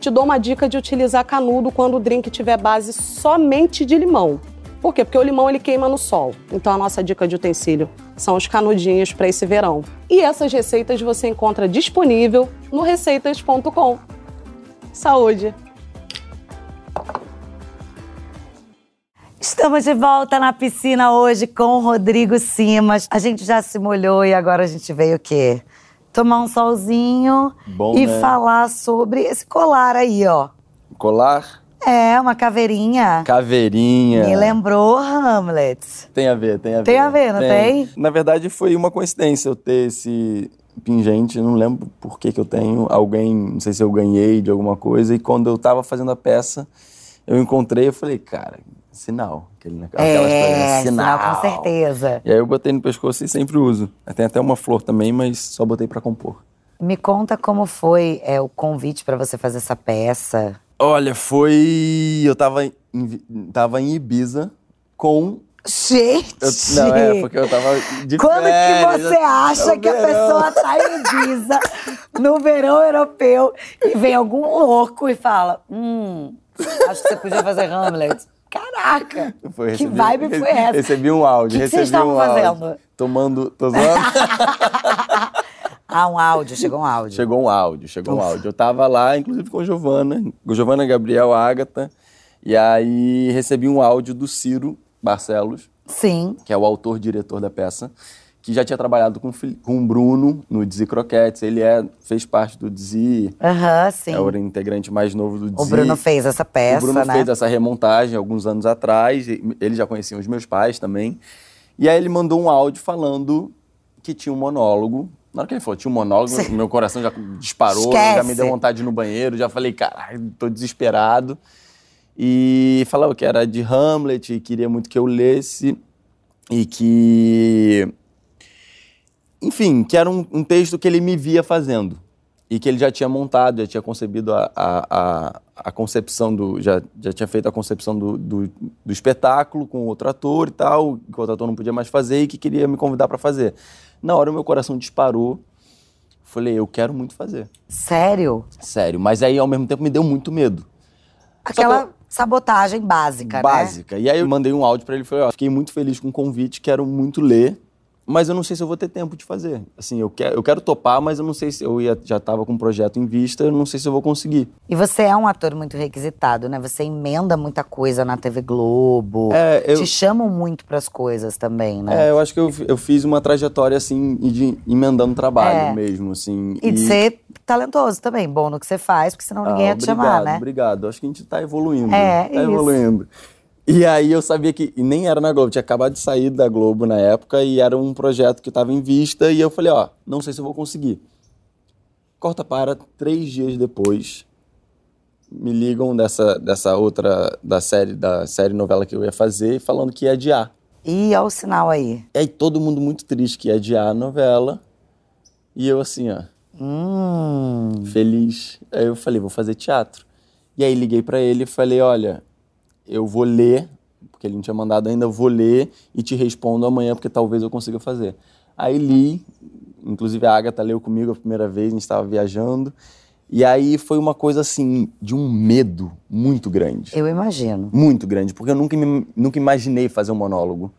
Speaker 4: te dou uma dica de utilizar canudo quando o drink tiver base somente de limão. Por quê? Porque o limão ele queima no sol. Então a nossa dica de utensílio são os canudinhos para esse verão. E essas receitas você encontra disponível no receitas.com. Saúde!
Speaker 5: Estamos de volta na piscina hoje com o Rodrigo Simas. A gente já se molhou e agora a gente veio o quê? Tomar um solzinho
Speaker 2: Bom,
Speaker 5: e
Speaker 2: né?
Speaker 5: falar sobre esse colar aí, ó.
Speaker 2: Colar,
Speaker 5: É, uma caveirinha.
Speaker 2: caveirinha.
Speaker 5: Me lembrou Hamlet.
Speaker 2: Tem a ver, tem a ver.
Speaker 5: Tem a ver, não tem?
Speaker 2: Na verdade, foi uma coincidência eu ter esse pingente, não lembro por que que eu tenho. Alguém, não sei se eu ganhei de alguma coisa. E quando eu tava fazendo a peça, eu encontrei, eu falei, cara, sinal. Aquele, aquela
Speaker 5: é,
Speaker 2: história, né?
Speaker 5: sinal com certeza.
Speaker 2: E aí eu botei no pescoço e sempre uso. Tem até uma flor também, mas só botei pra compor.
Speaker 5: Me conta como foi é, o convite pra você fazer essa peça.
Speaker 2: Olha, foi. Eu tava em, tava em Ibiza com.
Speaker 5: Gente!
Speaker 2: eu- não, é, porque eu tava de
Speaker 5: Quando
Speaker 2: férias,
Speaker 5: que você acha
Speaker 2: o
Speaker 5: que a
Speaker 2: verão.
Speaker 5: pessoa tá em Ibiza no verão europeu e vem algum louco e fala: Hum, acho que você podia fazer Hamlet? Caraca!
Speaker 2: Foi,
Speaker 5: que
Speaker 2: recebi-
Speaker 5: vibe foi essa?
Speaker 2: Recebi um áudio.
Speaker 5: Que que
Speaker 2: recebi
Speaker 5: vocês estavam
Speaker 2: um áudio.
Speaker 5: fazendo?
Speaker 2: Tomando.
Speaker 5: [LAUGHS]
Speaker 2: Tô zoando?
Speaker 5: Ah, um áudio, chegou um áudio.
Speaker 2: chegou um áudio, chegou um áudio. Eu tava lá, inclusive, com Giovana, com Giovana, Gabriel, Ágata. E aí recebi um áudio do Ciro Barcelos,
Speaker 5: Sim.
Speaker 2: que é o autor diretor da peça, que já tinha trabalhado com, o Fili- com o Bruno no Dizzy Croquettes. Ele é, fez parte do Dizzy,
Speaker 5: Aham, sim.
Speaker 2: é o integrante mais novo do Dizzy.
Speaker 5: O Bruno fez essa peça,
Speaker 2: o Bruno
Speaker 5: né?
Speaker 2: fez essa remontagem alguns anos atrás, e ele já conhecia os meus pais também. E aí ele mandou um áudio falando que tinha um monólogo. Na hora que ele falou, tinha um monólogo,
Speaker 5: Sim.
Speaker 2: meu coração já disparou,
Speaker 5: Esquece.
Speaker 2: já me deu vontade de ir no banheiro, já falei, caralho, tô desesperado. E falava que era de Hamlet, e queria muito que eu lesse, e que. Enfim, que era um, um texto que ele me via fazendo. E que ele já tinha montado, já tinha concebido a, a, a, a concepção do. Já, já tinha feito a concepção do, do, do espetáculo com outro ator e tal, que o outro ator não podia mais fazer e que queria me convidar para fazer. Na hora, o meu coração disparou. Falei, eu quero muito fazer.
Speaker 5: Sério?
Speaker 2: Sério. Mas aí, ao mesmo tempo, me deu muito medo
Speaker 5: Aquela sabotagem básica, né?
Speaker 2: básica. E aí eu mandei um áudio pra ele e falei, ó, fiquei muito feliz com o convite, quero muito ler, mas eu não sei se eu vou ter tempo de fazer. Assim, eu quero, eu quero topar, mas eu não sei se eu ia, já tava com um projeto em vista, eu não sei se eu vou conseguir.
Speaker 5: E você é um ator muito requisitado, né? Você emenda muita coisa na TV Globo.
Speaker 2: É, eu,
Speaker 5: Te chamam muito pras coisas também, né?
Speaker 2: é, eu acho que eu, eu fiz uma trajetória assim de emendando trabalho
Speaker 5: É.
Speaker 2: mesmo, assim.
Speaker 5: E de ser talentoso também, bom no que você faz, porque senão
Speaker 2: Ah,
Speaker 5: ninguém ia te
Speaker 2: obrigado,
Speaker 5: chamar, né?
Speaker 2: Obrigado, acho que a gente tá evoluindo.
Speaker 5: É,
Speaker 2: tá
Speaker 5: isso.
Speaker 2: evoluindo. E aí eu sabia que e nem era na Globo, tinha acabado de sair da Globo na época e era um projeto que estava em vista e eu falei, ó, não sei se eu vou conseguir. Corta para, três dias depois, me ligam dessa, dessa outra, da série, da série novela que eu ia fazer, falando que ia adiar.
Speaker 5: E olha o sinal aí.
Speaker 2: E aí todo mundo muito triste que ia adiar a novela e eu assim, ó...
Speaker 5: Hum.
Speaker 2: feliz. Aí eu falei, vou fazer teatro. E aí liguei pra ele e falei, olha, eu vou ler, porque ele não tinha mandado ainda, eu vou ler e te respondo amanhã, porque talvez eu consiga fazer. Aí li, inclusive a Agatha leu comigo a primeira vez, a gente estava viajando. E aí foi uma coisa assim, de um medo muito grande.
Speaker 5: Eu imagino.
Speaker 2: Muito grande, porque eu nunca, me- nunca imaginei fazer um monólogo.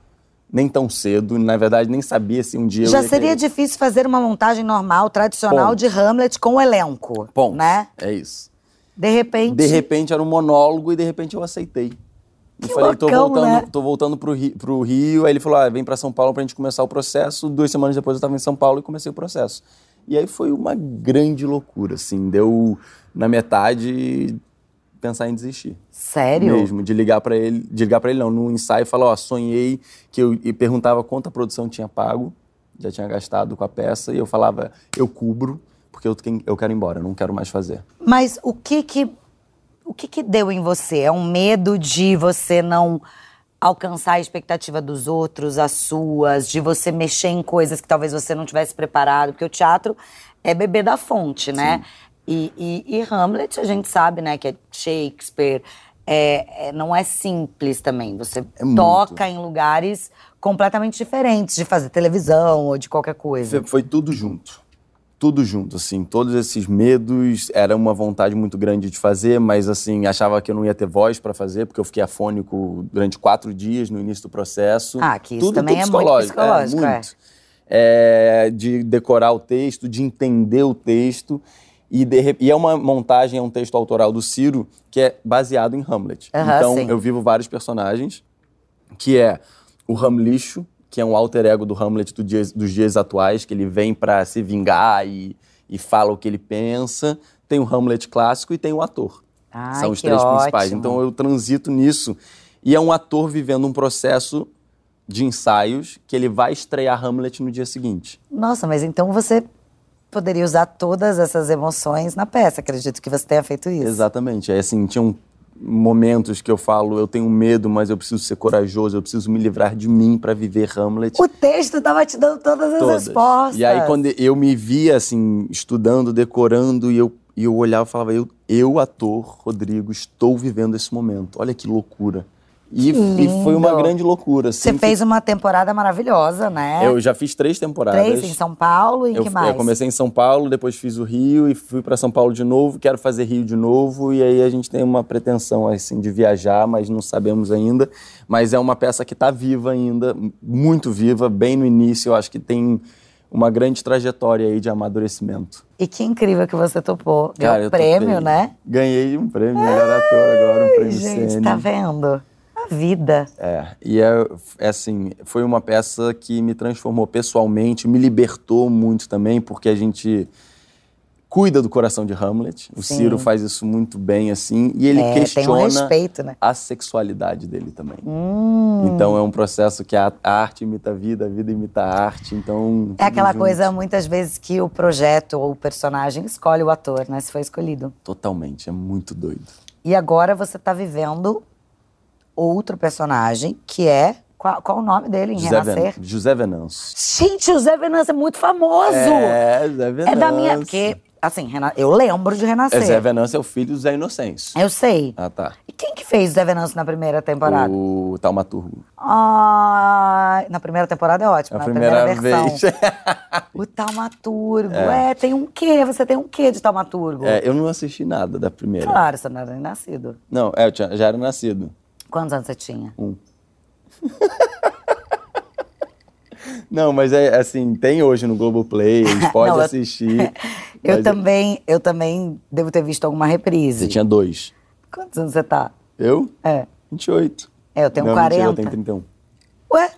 Speaker 2: Nem tão cedo, na verdade, nem sabia se um dia eu
Speaker 5: Já
Speaker 2: ia
Speaker 5: seria
Speaker 2: querer.
Speaker 5: difícil fazer uma montagem normal, tradicional
Speaker 2: Ponto.
Speaker 5: de Hamlet com o elenco.
Speaker 2: Ponto.
Speaker 5: Né?
Speaker 2: É isso.
Speaker 5: De repente.
Speaker 2: De repente era um monólogo e de repente eu aceitei. Eu
Speaker 5: Que
Speaker 2: falei, tô
Speaker 5: loucão,
Speaker 2: voltando,
Speaker 5: né?
Speaker 2: tô voltando pro, Ri- pro Rio. Aí ele falou: ah, vem pra São Paulo pra gente começar o processo. Duas semanas depois eu tava em São Paulo e comecei o processo. E aí foi uma grande loucura, assim. Deu na metade pensar em desistir.
Speaker 5: Sério?
Speaker 2: Mesmo, de ligar pra ele, de ligar para ele não, no ensaio e falar, ó, sonhei que eu e perguntava quanto a produção tinha pago, já tinha gastado com a peça e eu falava, eu cubro, porque eu, tenho- eu quero ir embora, eu não quero mais fazer.
Speaker 5: Mas o que que o que que deu em você? É um medo de você não alcançar a expectativa dos outros, as suas, de você mexer em coisas que talvez você não tivesse preparado, porque o teatro é beber da fonte, né? E, e- e Hamlet a gente sabe, né, que é Shakespeare, é, é- não é simples também. Você
Speaker 2: É muito.
Speaker 5: toca em lugares completamente diferentes de fazer televisão ou de qualquer coisa.
Speaker 2: Foi, foi tudo junto. Tudo junto, assim. Todos esses medos, era uma vontade muito grande de fazer, mas, assim, achava que eu não ia ter voz para fazer, porque eu fiquei afônico durante quatro dias no início do processo.
Speaker 5: Ah, que isso
Speaker 2: tudo,
Speaker 5: também
Speaker 2: tudo
Speaker 5: é muito
Speaker 2: psicológico.
Speaker 5: psicológico, é.
Speaker 2: muito. É, de decorar o texto, de entender o texto. E, de rep- e é uma montagem, é um texto autoral do Ciro, que é baseado em Hamlet.
Speaker 5: Aham,
Speaker 2: então,
Speaker 5: sim.
Speaker 2: eu vivo vários personagens, que é o Hamlixo, que é um alter ego do Hamlet do dias- dos dias atuais, que ele vem pra se vingar e, e fala o que ele pensa. Tem o Hamlet clássico e tem o ator.
Speaker 5: Ai,
Speaker 2: São os
Speaker 5: que
Speaker 2: três principais.
Speaker 5: ótimo.
Speaker 2: Então eu transito nisso. E é um ator vivendo um processo de ensaios que ele vai estrear Hamlet no dia seguinte.
Speaker 5: Nossa, mas então você poderia usar todas essas emoções na peça. Acredito que você tenha feito isso.
Speaker 2: Exatamente. É assim, tinham momentos que eu falo, eu tenho medo, mas eu preciso ser corajoso, eu preciso me livrar de mim pra viver Hamlet.
Speaker 5: O texto tava te dando todas as
Speaker 2: Todas.
Speaker 5: respostas.
Speaker 2: E aí, quando eu me via, assim, estudando, decorando, e eu, e eu olhava e falava, eu, eu, ator, Rodrigo, estou vivendo esse momento. Olha que loucura. E,
Speaker 5: Que
Speaker 2: e foi uma
Speaker 5: lindo.
Speaker 2: grande loucura, assim.
Speaker 5: Você fez uma temporada maravilhosa, né?
Speaker 2: Eu já fiz três temporadas.
Speaker 5: Três em São Paulo e em
Speaker 2: eu,
Speaker 5: que
Speaker 2: eu
Speaker 5: mais?
Speaker 2: comecei em São Paulo, depois fiz o Rio e fui para São Paulo de novo. Quero fazer Rio de novo e aí a gente tem uma pretensão assim de viajar, mas não sabemos ainda. Mas é uma peça que está viva ainda, m- muito viva, bem no início. Eu acho que tem uma grande trajetória aí de amadurecimento.
Speaker 5: E que incrível que você topou.
Speaker 2: Cara,
Speaker 5: Ganhou
Speaker 2: eu
Speaker 5: o prêmio,
Speaker 2: topei.
Speaker 5: né?
Speaker 2: Ganhei um prêmio melhor ator agora, um prêmio
Speaker 5: Gente,
Speaker 2: Sene.
Speaker 5: tá vendo? A vida.
Speaker 2: É, e é, é assim, foi uma peça que me transformou pessoalmente, me libertou muito também, porque a gente cuida do coração de Hamlet. O
Speaker 5: Sim.
Speaker 2: Ciro faz isso muito bem, assim, e ele
Speaker 5: É, Tem um
Speaker 2: questiona
Speaker 5: respeito, né?
Speaker 2: a sexualidade dele também.
Speaker 5: Hum.
Speaker 2: Então é um processo que a a arte imita a vida, a vida imita a arte, então...
Speaker 5: É
Speaker 2: tudo
Speaker 5: aquela
Speaker 2: junto.
Speaker 5: coisa, muitas vezes, que o projeto ou o personagem escolhe o ator, né? Se foi escolhido.
Speaker 2: Totalmente, é muito doido.
Speaker 5: E agora você tá vivendo outro personagem, que é. Qual, qual o nome dele em
Speaker 2: José,
Speaker 5: Renascer?
Speaker 2: Ven José Venâncio.
Speaker 5: Gente, o Zé Venâncio é muito famoso!
Speaker 2: É, José Venâncio.
Speaker 5: É da minha. Porque, assim, Rena- eu lembro de
Speaker 2: É,
Speaker 5: Renascer.
Speaker 2: Zé Venâncio é o filho do Zé Inocêncio.
Speaker 5: Eu sei.
Speaker 2: Ah, tá.
Speaker 5: E quem que fez o Zé Venâncio na primeira temporada?
Speaker 2: O Taumaturgo.
Speaker 5: Ah, na primeira temporada é ótimo,
Speaker 2: A
Speaker 5: na
Speaker 2: primeira,
Speaker 5: primeira,
Speaker 2: vez. é.
Speaker 5: versão. O Taumaturgo. É. tem um quê? Você tem um quê de Taumaturgo?
Speaker 2: [LAUGHS] É, eu não assisti nada da primeira.
Speaker 5: Claro, você não era nem nascido.
Speaker 2: Não, é, eu tinha- já era nascido.
Speaker 5: Quantos anos você tinha?
Speaker 2: Não, mas é assim, tem hoje no Globoplay, a
Speaker 5: [LAUGHS]
Speaker 2: gente pode
Speaker 5: Não, eu-
Speaker 2: assistir.
Speaker 5: [LAUGHS] Eu
Speaker 2: mas
Speaker 5: também, eu também devo ter visto alguma reprise.
Speaker 2: Você tinha dois.
Speaker 5: Quantos anos você tá?
Speaker 2: Eu?
Speaker 5: É.
Speaker 2: 28.
Speaker 5: É, eu tenho
Speaker 2: não, mentira,
Speaker 5: 40.
Speaker 2: eu tenho 31.
Speaker 5: Ué?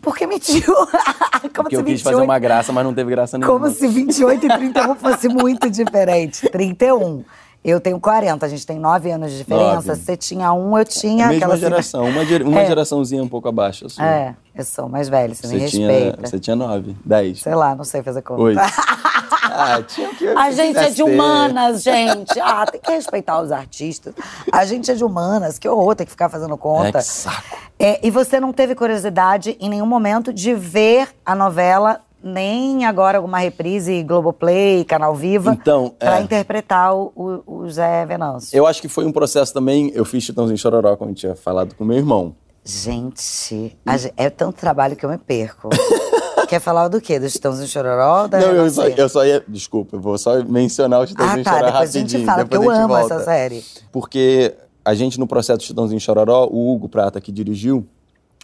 Speaker 5: Por que mentiu? [LAUGHS] Como
Speaker 2: Porque
Speaker 5: se
Speaker 2: eu quis
Speaker 5: 28
Speaker 2: fazer uma graça, mas não teve graça nenhuma.
Speaker 5: Como se 28 e 31 fosse muito
Speaker 2: [LAUGHS]
Speaker 5: diferente. 31. Eu tenho 40, a gente tem 9 anos de diferença.
Speaker 2: Nove. É
Speaker 5: Você tinha um, eu tinha
Speaker 2: Mesma
Speaker 5: aquela.
Speaker 2: geração, uma, ger- uma
Speaker 5: É.
Speaker 2: geraçãozinha um pouco abaixo. a sua.
Speaker 5: É, eu sou mais velha, você, me
Speaker 2: Você tinha,
Speaker 5: respeita.
Speaker 2: você tinha nove, dez,
Speaker 5: Sei lá, não sei fazer conta. [LAUGHS]
Speaker 2: oito. ah, tinha o que
Speaker 5: A
Speaker 2: você
Speaker 5: gente é
Speaker 2: quisesse
Speaker 5: de
Speaker 2: ter.
Speaker 5: humanas, gente. Ah, tem que respeitar os artistas. A gente é de humanas, que horror ter que ficar fazendo
Speaker 2: É,
Speaker 5: conta.
Speaker 2: que saco.
Speaker 5: É, e você não teve curiosidade em nenhum momento de ver a novela nem agora alguma reprise, Globoplay, Canal Viva,
Speaker 2: Então,
Speaker 5: pra
Speaker 2: é.
Speaker 5: interpretar o, o- o Zé Venâncio.
Speaker 2: Eu acho que foi um processo também. Eu fiz Chitãozinho e Chororó, como eu tinha falado com meu irmão.
Speaker 5: Gente,
Speaker 2: Hum.
Speaker 5: a gen- é tanto trabalho que eu me perco.
Speaker 2: [LAUGHS]
Speaker 5: Quer falar do quê? Do Chitãozinho Chororó? ou Da
Speaker 2: Não, eu
Speaker 5: Renascer?
Speaker 2: só, eu só ia. Desculpa, eu vou só mencionar o Chitãozinho
Speaker 5: Ah,
Speaker 2: e
Speaker 5: tá.
Speaker 2: Chororó
Speaker 5: Depois a
Speaker 2: rapidinho.
Speaker 5: gente fala, porque
Speaker 2: depois
Speaker 5: eu
Speaker 2: a gente
Speaker 5: amo
Speaker 2: volta.
Speaker 5: essa série.
Speaker 2: Porque a gente, no processo do Chitãozinho e Chororó, o Hugo Prata, que dirigiu,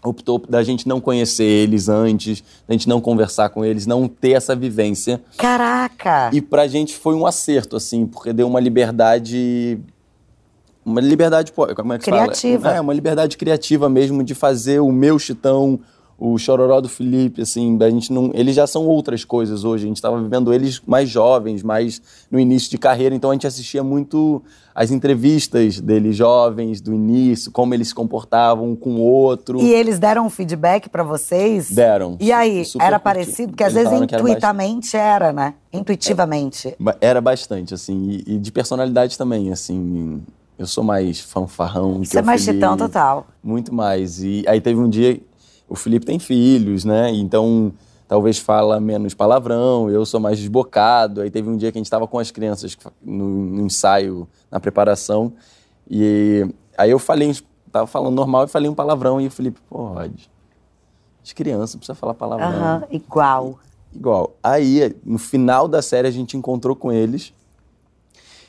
Speaker 2: optou da gente não conhecer eles antes, da gente não conversar com eles, não ter essa vivência.
Speaker 5: Caraca!
Speaker 2: E pra gente foi um acerto, assim, porque deu uma liberdade. Uma liberdade, pô, como é que se
Speaker 5: Criativa.
Speaker 2: Fala? É, uma liberdade criativa mesmo de fazer o meu chitão, o chororó do Felipe, assim, a gente não, eles já são outras coisas hoje, a gente estava vivendo eles mais jovens, mais no início de carreira, então a gente assistia muito as entrevistas deles jovens, do início, como eles se comportavam um com o outro.
Speaker 5: E eles deram um feedback pra vocês?
Speaker 2: Deram.
Speaker 5: E aí,
Speaker 2: Super
Speaker 5: era
Speaker 2: curti.
Speaker 5: parecido? Porque às
Speaker 2: Eles
Speaker 5: vezes
Speaker 2: falaram que era bastante-
Speaker 5: intuitamente era, né? Intuitivamente.
Speaker 2: Ba- Era bastante, assim, e, e de personalidade também, assim. Eu sou mais fanfarrão. que
Speaker 5: Você é
Speaker 2: o
Speaker 5: mais
Speaker 2: Felipe,
Speaker 5: chitão total.
Speaker 2: Muito mais. E aí teve um dia. O Felipe tem filhos, né? Então talvez fala menos palavrão, eu sou mais desbocado. Aí teve um dia que a gente estava com as crianças que fa- no, no ensaio, na preparação. E aí eu falei, uns- tava falando normal e falei um palavrão. E o Felipe, pô, Rod, as crianças não precisa falar palavrão.
Speaker 5: Aham, igual.
Speaker 2: Igual. Aí, no final da série, a gente encontrou com eles.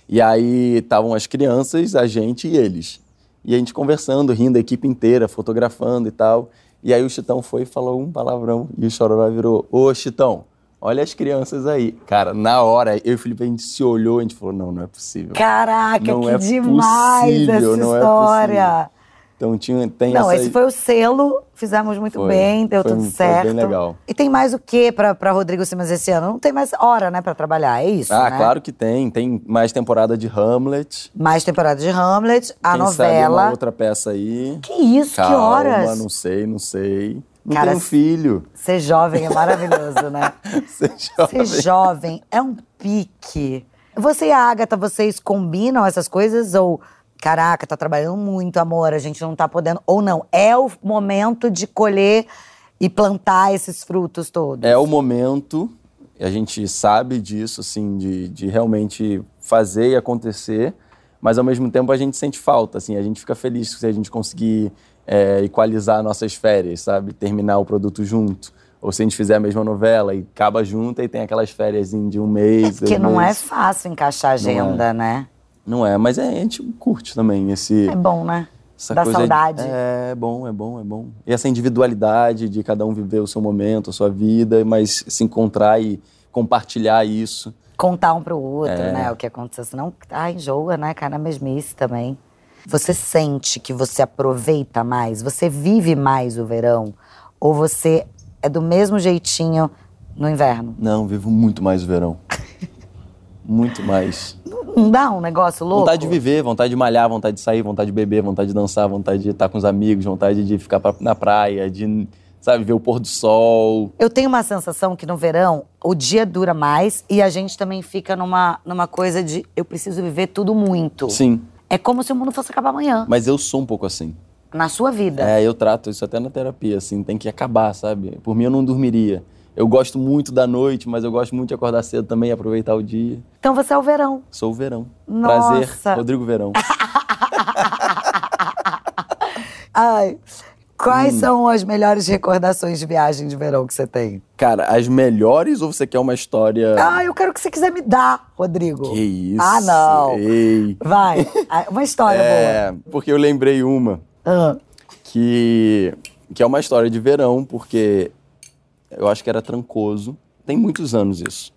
Speaker 2: E aí estavam as crianças, a gente e eles. E a gente conversando, rindo a equipe inteira, fotografando e tal. E aí o Chitão foi e falou um palavrão. E o Chororó virou: Ô Chitão, olha as crianças aí. Cara, na hora, eu e o Felipe, a gente se olhou, a gente falou: Não, não é possível.
Speaker 5: Caraca,
Speaker 2: Não
Speaker 5: que
Speaker 2: é
Speaker 5: demais
Speaker 2: possível,
Speaker 5: essa
Speaker 2: não é
Speaker 5: história.
Speaker 2: Então tinha, tem
Speaker 5: não,
Speaker 2: essa.
Speaker 5: esse foi o selo, fizemos muito
Speaker 2: Foi,
Speaker 5: bem, deu
Speaker 2: foi- um-
Speaker 5: tudo
Speaker 2: foi bem
Speaker 5: certo.
Speaker 2: legal.
Speaker 5: E tem mais o que pra, pra Rodrigo Simas esse ano? Não tem mais hora, né, pra trabalhar, é isso?
Speaker 2: Ah,
Speaker 5: né?
Speaker 2: claro que tem. Tem mais temporada de Hamlet.
Speaker 5: Mais temporada de Hamlet, a
Speaker 2: Quem Sabe
Speaker 5: novela.
Speaker 2: uma outra peça aí.
Speaker 5: Que isso,
Speaker 2: Calma,
Speaker 5: que horas?
Speaker 2: não sei, não sei. Não
Speaker 5: Cara,
Speaker 2: tenho filho. [LAUGHS]
Speaker 5: Ser jovem é maravilhoso, né?
Speaker 2: Você
Speaker 5: Ser
Speaker 2: jovem.
Speaker 5: jovem é um pique. Você e a Agatha, vocês combinam essas coisas? Ou, caraca, tá trabalhando muito, amor, a gente não tá podendo. Ou não, é o momento de colher e plantar esses frutos todos.
Speaker 2: É o momento, a gente sabe disso, assim, de, de realmente fazer e acontecer, mas ao mesmo tempo a gente sente falta, assim, a gente fica feliz se a gente conseguir é, equalizar nossas férias, sabe? Terminar o produto junto. Ou se a gente fizer a mesma novela e acaba junto e tem aquelas férias assim, de um mês. dois
Speaker 5: Porque não é
Speaker 2: meses.
Speaker 5: fácil encaixar a
Speaker 2: é.
Speaker 5: agenda, né?
Speaker 2: Não é, mas é, a gente curte também esse.
Speaker 5: É bom, né?
Speaker 2: Essa
Speaker 5: Da
Speaker 2: coisa
Speaker 5: saudade.
Speaker 2: É, é bom, é bom, é bom. E essa individualidade de cada um viver o seu momento, a sua vida, mas se encontrar e compartilhar isso.
Speaker 5: Contar um pro outro,
Speaker 2: É.
Speaker 5: né? O que aconteceu. Senão, ah, enjoa, né? Cai na mesmice também. Você sente que você aproveita mais? Você vive mais o verão? Ou você é do mesmo jeitinho no inverno?
Speaker 2: Não, vivo muito mais
Speaker 5: [LAUGHS]
Speaker 2: o verão. muito mais.
Speaker 5: Não dá um negócio louco?
Speaker 2: Vontade de viver, vontade de malhar, vontade de sair, vontade de beber, vontade de dançar, vontade de estar com os amigos, vontade de ficar pra- na praia, de, sabe, ver o pôr do sol.
Speaker 5: Eu tenho uma sensação que no verão o dia dura mais e a gente também fica numa, numa coisa de eu preciso viver tudo muito.
Speaker 2: Sim,
Speaker 5: É como se o mundo fosse acabar amanhã,
Speaker 2: mas eu sou um pouco assim.
Speaker 5: na sua vida.
Speaker 2: É, eu trato isso até na terapia, assim, tem que acabar, sabe? Por mim eu não dormiria. Eu gosto muito da noite, mas eu gosto muito de acordar cedo também, aproveitar o dia.
Speaker 5: Então você é o verão.
Speaker 2: Sou o verão.
Speaker 5: Nossa.
Speaker 2: Prazer, Rodrigo Verão.
Speaker 5: Ai, quais
Speaker 2: Hum.
Speaker 5: são as melhores recordações de viagem de verão que você tem?
Speaker 2: Cara, as melhores ou você quer uma história?
Speaker 5: Ah, eu quero que você quiser me dar, Rodrigo.
Speaker 2: É. que isso?
Speaker 5: Ah, não.
Speaker 2: Ei.
Speaker 5: Vai, Ah, uma história
Speaker 2: É, porque eu lembrei uma
Speaker 5: boa. Ah,
Speaker 2: que que é uma história de verão, porque eu acho que era Trancoso. Tem muitos anos isso.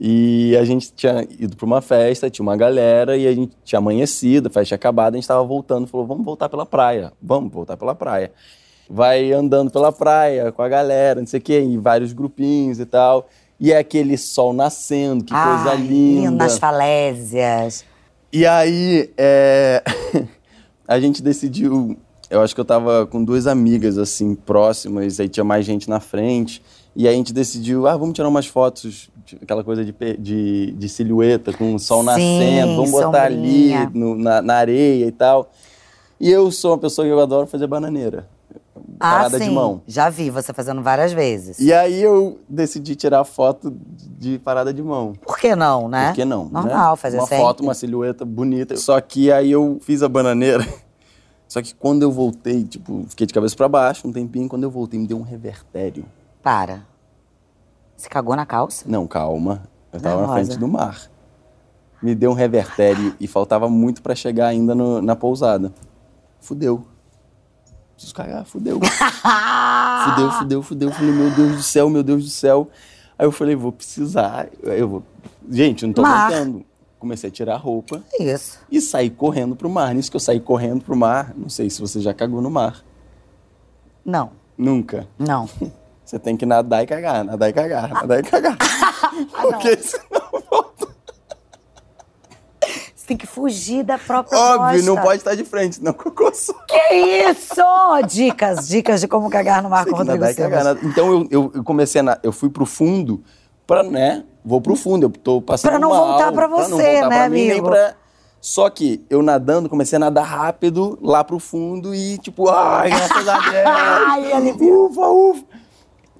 Speaker 2: E a gente tinha ido para uma festa, tinha uma galera, e a gente tinha amanhecido, a festa tinha acabado, a gente estava voltando, falou, vamos voltar pela praia, vamos voltar pela praia. Vai andando pela praia com a galera, não sei o quê, em vários grupinhos e tal. E é aquele sol nascendo, que coisa
Speaker 5: ai,
Speaker 2: linda.
Speaker 5: Nas falésias.
Speaker 2: E aí, é, [LAUGHS] a gente decidiu. Eu acho que eu tava com duas amigas, assim, próximas, aí tinha mais gente na frente. E aí a gente decidiu, ah, vamos tirar umas fotos, tipo, aquela coisa de, pe- de, de silhueta, com o sol
Speaker 5: Sim,
Speaker 2: nascendo, vamos botar ali
Speaker 5: sombrinha.
Speaker 2: no- na, na areia e tal. E eu sou uma pessoa que eu adoro fazer bananeira. parada
Speaker 5: ah, sim.
Speaker 2: de mão.
Speaker 5: Já vi você fazendo várias vezes.
Speaker 2: E aí eu decidi tirar foto de parada de mão.
Speaker 5: Por que não, né?
Speaker 2: Por que não?
Speaker 5: Normal
Speaker 2: né?
Speaker 5: fazer
Speaker 2: Uma
Speaker 5: sempre.
Speaker 2: foto, uma silhueta bonita. Só que aí eu fiz a bananeira. [LAUGHS] Só que quando eu voltei, tipo, fiquei de cabeça pra baixo um tempinho. Quando eu voltei, me deu um revertério.
Speaker 5: Para. Você cagou na [LAUGHS] calça?
Speaker 2: Não, calma. Eu tava na
Speaker 5: Nervosa.
Speaker 2: frente do mar. Me deu um revertério e faltava muito pra chegar ainda no- na pousada. Fudeu. Preciso cagar, fudeu.
Speaker 5: [LAUGHS]
Speaker 2: Fudeu, fudeu, fudeu. Falei, meu Deus do céu, meu Deus do céu. Aí eu falei, vou precisar. Eu vou... Gente, eu não tô
Speaker 5: Mar.
Speaker 2: aguentando. Comecei a tirar a roupa
Speaker 5: Isso.
Speaker 2: e saí correndo pro mar. Nisso que eu saí correndo pro mar, não sei se você já cagou no mar.
Speaker 5: Não,
Speaker 2: Nunca.
Speaker 5: não.
Speaker 2: Você tem que nadar e cagar, nadar e cagar, nadar e cagar. Porque senão volta.
Speaker 5: Você tem que fugir da própria
Speaker 2: Óbvio, não
Speaker 5: bosta.
Speaker 2: pode estar de frente, senão cocô só.
Speaker 5: Que isso? Dicas, dicas de como cagar no mar
Speaker 2: Tem
Speaker 5: com
Speaker 2: que
Speaker 5: Rodrigo
Speaker 2: nadar e
Speaker 5: Silva.
Speaker 2: cagar, nadar. Então eu, eu- eu comecei a na- eu fui pro fundo pra, né? Vou pro fundo, eu tô passando
Speaker 5: Pra não
Speaker 2: mal,
Speaker 5: voltar pra
Speaker 2: não
Speaker 5: você,
Speaker 2: voltar
Speaker 5: né,
Speaker 2: pra mim, nem
Speaker 5: amigo?
Speaker 2: pra- Só que eu nadando, comecei a nadar rápido lá pro fundo e tipo, ai,
Speaker 5: [LAUGHS]
Speaker 2: graças a Deus.
Speaker 5: Ai, ele...
Speaker 2: Ufa, ufa.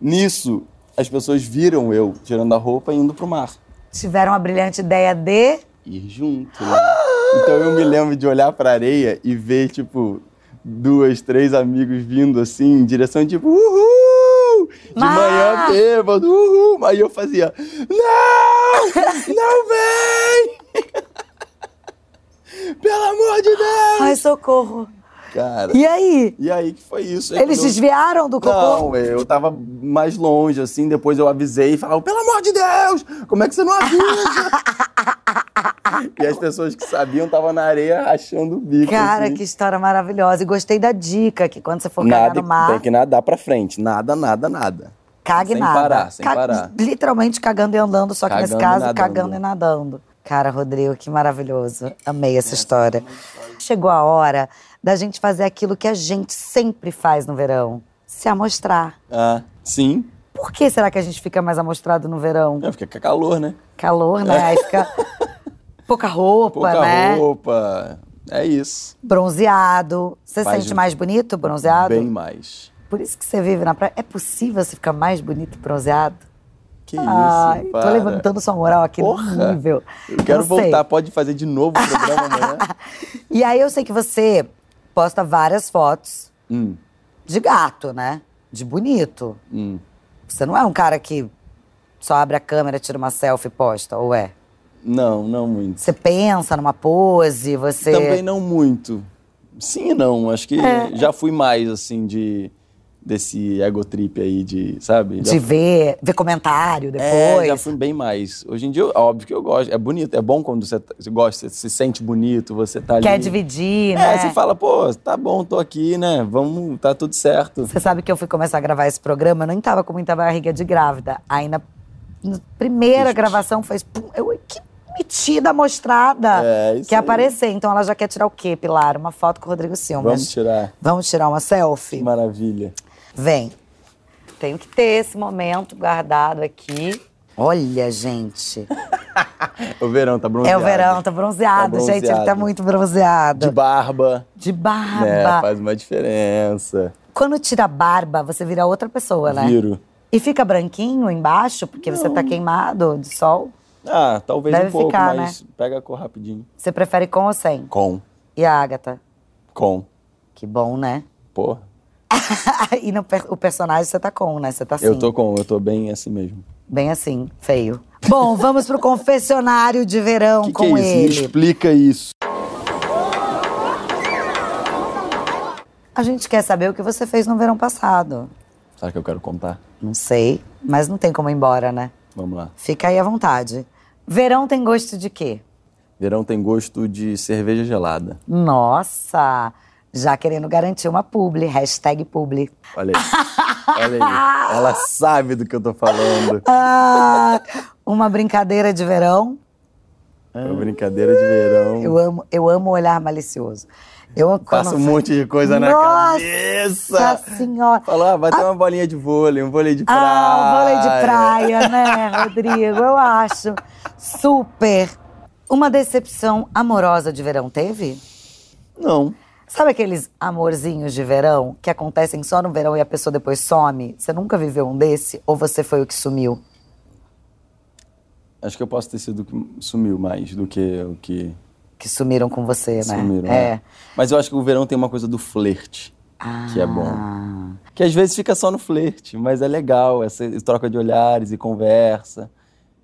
Speaker 2: Nisso, as pessoas viram eu tirando a roupa e indo pro mar.
Speaker 5: Tiveram a brilhante ideia de...
Speaker 2: Ir junto, né? Então eu me lembro de olhar pra areia e ver, tipo, duas, três amigos vindo assim, em direção, tipo, uhul! De
Speaker 5: Mar!
Speaker 2: manhã bêbado, uhul! Aí eu fazia, não! Não vem! [LAUGHS] Pelo amor de Deus!
Speaker 5: Ai, socorro.
Speaker 2: Cara,
Speaker 5: E aí?
Speaker 2: e aí que foi isso? Aí
Speaker 5: Eles
Speaker 2: quando eu-
Speaker 5: desviaram do cocô?
Speaker 2: não, é eu tava mais longe, assim, depois eu avisei e falava, pelo amor de Deus, como é que você não
Speaker 5: [LAUGHS]
Speaker 2: avisa? e as pessoas que sabiam estavam na areia achando o bico.
Speaker 5: Cara,
Speaker 2: assim.
Speaker 5: que história maravilhosa. E gostei da dica, que quando você for cagar
Speaker 2: nada,
Speaker 5: no mar,
Speaker 2: Tem que nadar pra frente, nada, nada, nada.
Speaker 5: cague
Speaker 2: sem
Speaker 5: nada.
Speaker 2: parar, sem parar.
Speaker 5: Literalmente cagando e andando, só que nesse
Speaker 2: Cagando e
Speaker 5: caso,
Speaker 2: nadando.
Speaker 5: cagando e nadando. Cara, Rodrigo, que maravilhoso. Amei essa
Speaker 2: é
Speaker 5: história. Chegou a hora da gente fazer aquilo que a gente sempre faz no verão. Se amostrar.
Speaker 2: Ah, sim.
Speaker 5: Por que será que a gente fica mais amostrado no verão?
Speaker 2: É, fica com calor, né?
Speaker 5: Calor, né? Aí fica
Speaker 2: [LAUGHS]
Speaker 5: pouca roupa,
Speaker 2: Pouca
Speaker 5: né?
Speaker 2: roupa. É isso.
Speaker 5: Bronzeado. Você
Speaker 2: Faz
Speaker 5: sente
Speaker 2: um-
Speaker 5: mais bonito bronzeado?
Speaker 2: Bem mais.
Speaker 5: Por isso que você vive na praia. É possível você ficar mais bonito bronzeado?
Speaker 2: Que isso,
Speaker 5: Ai, tô
Speaker 2: para.
Speaker 5: levantando sua moral aqui no
Speaker 2: Porra!
Speaker 5: nível.
Speaker 2: Eu quero
Speaker 5: Não sei.
Speaker 2: voltar, pode fazer de novo o programa amanhã?
Speaker 5: [LAUGHS] E aí eu sei que você posta várias fotos
Speaker 2: Hum,
Speaker 5: de gato, né? De bonito.
Speaker 2: hum.
Speaker 5: Você não é um cara que só abre a câmera, tira uma selfie e posta, ou é?
Speaker 2: Não, não muito.
Speaker 5: Você pensa numa pose, você.
Speaker 2: Também não muito. Sim e não. Acho que
Speaker 5: É.
Speaker 2: já fui mais, assim, de desse ego trip aí, de, sabe?
Speaker 5: De
Speaker 2: já,
Speaker 5: ver, ver comentário
Speaker 2: é, já
Speaker 5: depois.
Speaker 2: fui bem mais. Hoje em dia, óbvio que eu gosto. É bonito, é bom quando você, tá- você gosta, você se sente bonito, você tá ali.
Speaker 5: quer dividir,
Speaker 2: É,
Speaker 5: né?
Speaker 2: você fala, pô, tá bom, tô aqui, né? Vamos, tá tudo certo.
Speaker 5: Você sabe que eu fui começar a gravar esse programa, eu nem tava com muita barriga de grávida. Aí na, na primeira
Speaker 2: Ixi.
Speaker 5: gravação fez. Pum, eu, "Ai, que metida mostrada!
Speaker 2: É, isso
Speaker 5: quer
Speaker 2: aí.
Speaker 5: aparecer, então ela já quer tirar o quê, Pilar? Uma foto com o Rodrigo Silva.
Speaker 2: Vamos tirar.
Speaker 5: Vamos tirar uma selfie?
Speaker 2: Que maravilha.
Speaker 5: Vem. Tenho que ter esse momento guardado aqui. Olha, gente.
Speaker 2: O verão tá bronzeado.
Speaker 5: É o verão, tá bronzeado,
Speaker 2: Tá
Speaker 5: gente. Ele tá
Speaker 2: bronzeado.
Speaker 5: muito
Speaker 2: De
Speaker 5: bronzeado.
Speaker 2: barba.
Speaker 5: De
Speaker 2: né?
Speaker 5: barba.
Speaker 2: Faz uma diferença.
Speaker 5: Quando tira a barba, você vira outra pessoa, né?
Speaker 2: Viro.
Speaker 5: E fica branquinho embaixo, porque você tá queimado de sol.
Speaker 2: Ah, talvez
Speaker 5: Deve
Speaker 2: um pouco,
Speaker 5: ficar, né?
Speaker 2: mas pega a cor rapidinho.
Speaker 5: Você prefere com ou sem?
Speaker 2: Com.
Speaker 5: E a Agatha?
Speaker 2: Com.
Speaker 5: Que bom, né? [LAUGHS]
Speaker 2: Porra.
Speaker 5: e no per- o personagem você tá com, né? Você tá assim.
Speaker 2: Eu tô com, eu tô bem assim mesmo.
Speaker 5: Bem assim, feio. Bom, vamos pro confessionário de verão
Speaker 2: O que, que
Speaker 5: com
Speaker 2: é isso? Me
Speaker 5: ele.
Speaker 2: explica isso.
Speaker 5: A gente quer saber o que você fez no verão passado.
Speaker 2: Sabe o que eu quero contar?
Speaker 5: Não sei, mas não tem como ir embora, né?
Speaker 2: Vamos lá.
Speaker 5: Fica aí à vontade. Verão tem gosto de quê?
Speaker 2: Verão tem gosto de cerveja gelada.
Speaker 5: Nossa! Já querendo garantir uma publi, hashtag publi.
Speaker 2: Olha
Speaker 5: [LAUGHS]
Speaker 2: aí. Olha aí. Ela sabe do que eu tô falando.
Speaker 5: Ah, uma brincadeira de verão.
Speaker 2: É uma brincadeira de verão.
Speaker 5: Eu amo, eu amo olhar malicioso. Eu amo
Speaker 2: Passa um
Speaker 5: quando-
Speaker 2: monte de coisa na
Speaker 5: Nossa
Speaker 2: cabeça.
Speaker 5: senhora.
Speaker 2: Fala, ah, vai ter uma bolinha de vôlei, um vôlei de praia.
Speaker 5: Ah, o vôlei de praia, né, Rodrigo? Eu acho. Super. Uma decepção amorosa de verão teve?
Speaker 2: Não.
Speaker 5: Sabe aqueles amorzinhos de verão que acontecem só no verão e a pessoa depois some? Você nunca viveu um desse? Ou você foi o que sumiu?
Speaker 2: Acho que eu posso ter sido o que sumiu mais do que o que
Speaker 5: Que sumiram com você, né?
Speaker 2: sumiram.
Speaker 5: É.
Speaker 2: né? Mas eu acho que o verão tem uma coisa do flerte, que é bom.
Speaker 5: Ah,
Speaker 2: Que às vezes fica só no flerte, mas é legal, essa troca de olhares e conversa.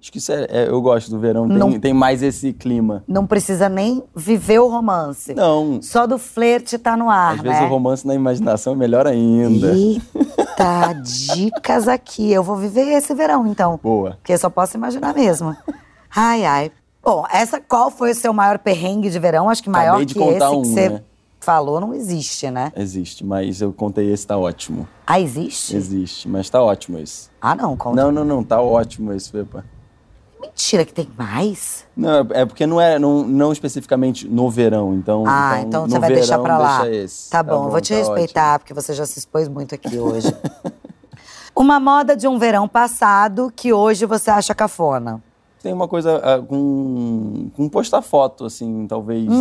Speaker 2: Acho que isso é, é- eu gosto do verão,
Speaker 5: Não-
Speaker 2: tem, tem mais esse clima.
Speaker 5: Não precisa nem viver o romance.
Speaker 2: Não,
Speaker 5: Só do flerte tá no ar,
Speaker 2: às
Speaker 5: né?
Speaker 2: vezes o romance na imaginação é melhor ainda.
Speaker 5: Eita, dicas aqui. Eu vou viver esse verão, então.
Speaker 2: Boa.
Speaker 5: Porque eu só posso imaginar mesmo. Ai, ai. Bom, essa qual foi o seu maior perrengue de verão? Acho que
Speaker 2: Acabei
Speaker 5: maior
Speaker 2: de
Speaker 5: que
Speaker 2: contar
Speaker 5: esse que
Speaker 2: um,
Speaker 5: você
Speaker 2: né?
Speaker 5: falou não existe, né?
Speaker 2: Existe, mas eu contei esse, tá ótimo.
Speaker 5: Ah, existe?
Speaker 2: Existe, mas tá ótimo esse.
Speaker 5: Ah, não, conta.
Speaker 2: Não, não, não, tá ótimo esse, Pepa.
Speaker 5: Mentira que tem mais?
Speaker 2: Não, é é porque não é, não, não especificamente no verão, então.
Speaker 5: ah, então
Speaker 2: no
Speaker 5: você vai deixar
Speaker 2: verão,
Speaker 5: pra lá.
Speaker 2: Deixa esse.
Speaker 5: Tá, bom, eu vou te
Speaker 2: tá
Speaker 5: respeitar, porque você já se expôs muito aqui hoje. [LAUGHS] Uma moda de um verão passado que hoje você acha cafona.
Speaker 2: ótimo. Tem uma coisa ah, com, com postar foto, assim, talvez de
Speaker 5: Hum.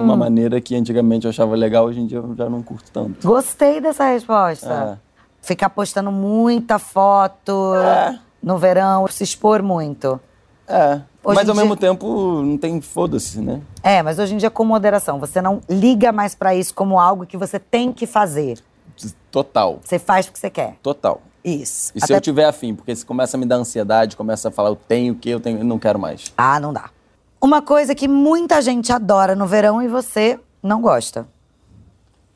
Speaker 2: um- uma maneira que antigamente eu achava legal, hoje em dia eu já não curto tanto.
Speaker 5: Gostei dessa resposta. Ficar postando muita foto
Speaker 2: É.
Speaker 5: no verão, se expor muito.
Speaker 2: É. é.
Speaker 5: Hoje
Speaker 2: Mas ao
Speaker 5: em
Speaker 2: mesmo
Speaker 5: dia-
Speaker 2: tempo não tem foda-se, né?
Speaker 5: É, mas hoje em dia com moderação. Você não liga mais pra isso como algo que você tem que fazer.
Speaker 2: Total.
Speaker 5: Você faz porque você quer.
Speaker 2: Total.
Speaker 5: Isso.
Speaker 2: E se eu tiver afim, porque se começa a me dar ansiedade, começa a falar, eu tenho o que, eu tenho, eu não quero mais.
Speaker 5: Ah, não dá. Uma coisa que muita gente adora no verão e você não gosta.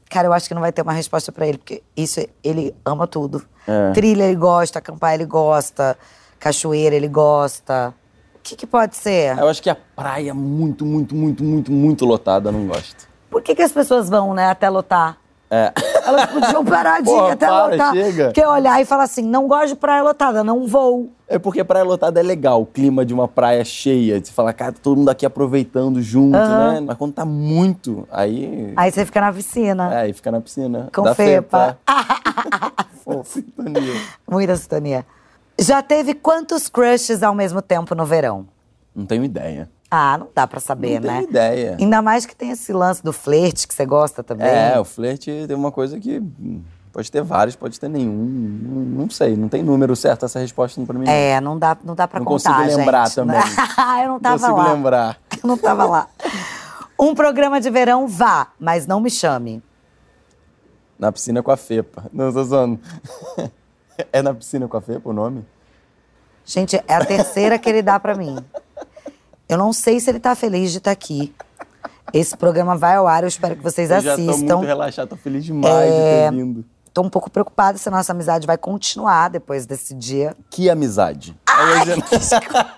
Speaker 5: Cara, eu acho que não vai ter uma resposta pra ele, porque isso ele ama tudo.
Speaker 2: É.
Speaker 5: Trilha ele gosta, acampar ele gosta, cachoeira ele gosta. O que, que pode ser?
Speaker 2: Eu acho que a praia é muito, muito, muito, muito, muito lotada, eu não gosto.
Speaker 5: Por que, que as pessoas vão, né, até lotar?
Speaker 2: É.
Speaker 5: Elas podiam parar
Speaker 2: [LAUGHS]
Speaker 5: de ir
Speaker 2: Porra,
Speaker 5: até
Speaker 2: para,
Speaker 5: lotar.
Speaker 2: chega.
Speaker 5: Porque olhar e falar assim, não gosto de praia lotada, não vou.
Speaker 2: É porque praia lotada é legal, o clima de uma praia cheia, de falar, cara, todo mundo aqui aproveitando junto, né? Mas quando tá muito, aí.
Speaker 5: Aí você fica na piscina.
Speaker 2: é, aí fica na piscina.
Speaker 5: Ah. Com
Speaker 2: da
Speaker 5: fepa. [LAUGHS]
Speaker 2: Fofo. Sintonia.
Speaker 5: Muita sintonia. Já teve quantos crushes ao mesmo tempo no verão?
Speaker 2: Não tenho ideia.
Speaker 5: Ah, não dá pra saber,
Speaker 2: não
Speaker 5: né?
Speaker 2: tenho ideia.
Speaker 5: Ainda mais que tem esse lance do flerte que você gosta também.
Speaker 2: É, o flerte tem uma coisa que hum, pode ter vários, pode ter nenhum. Não, não sei, não tem número certo essa resposta pra mim. não.
Speaker 5: É, não dá, não dá pra
Speaker 2: Não
Speaker 5: contar,
Speaker 2: consigo lembrar
Speaker 5: gente.
Speaker 2: também.
Speaker 5: [LAUGHS] eu não
Speaker 2: não
Speaker 5: tava
Speaker 2: consigo
Speaker 5: lá.
Speaker 2: lembrar.
Speaker 5: Eu não tava lá. Um programa de verão vá, mas não me chame.
Speaker 2: Na piscina com a fepa. Não, tô zoando. [LAUGHS] É na piscina com a fepa o nome?
Speaker 5: Gente, é a terceira que ele dá pra mim. Eu não sei se ele tá feliz de estar aqui. Esse programa vai ao ar, eu espero que vocês
Speaker 2: Eu já tô
Speaker 5: assistam.
Speaker 2: muito relaxado, tô feliz demais
Speaker 5: É.
Speaker 2: de ter vindo.
Speaker 5: Tô um pouco preocupada se a nossa amizade vai continuar depois desse dia.
Speaker 2: Que amizade. Aí eu já-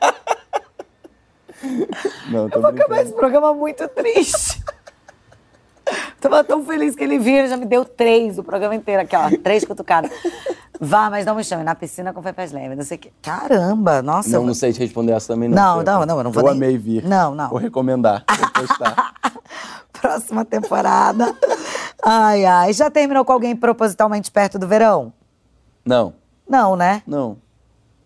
Speaker 2: [LAUGHS] Não, tô
Speaker 5: Eu vou acabar
Speaker 2: brincando.
Speaker 5: esse programa é muito triste. Tava tão feliz que ele vinha, ele já me deu três o programa inteiro aqui, ó. Três cutucadas. Vá, mas não me chame. Na piscina com Fepas Leme, não sei o quê. Caramba, nossa.
Speaker 2: Não,
Speaker 5: eu-
Speaker 2: não sei te responder essa também,
Speaker 5: Não,
Speaker 2: não. Pepa.
Speaker 5: não, não, eu não vou
Speaker 2: Eu
Speaker 5: nem-
Speaker 2: amei vir.
Speaker 5: Não, não.
Speaker 2: Vou recomendar. Vou [LAUGHS] postar.
Speaker 5: Próxima temporada. Ai, ai. Já terminou com alguém propositalmente perto do verão?
Speaker 2: não,
Speaker 5: Não, né?
Speaker 2: não.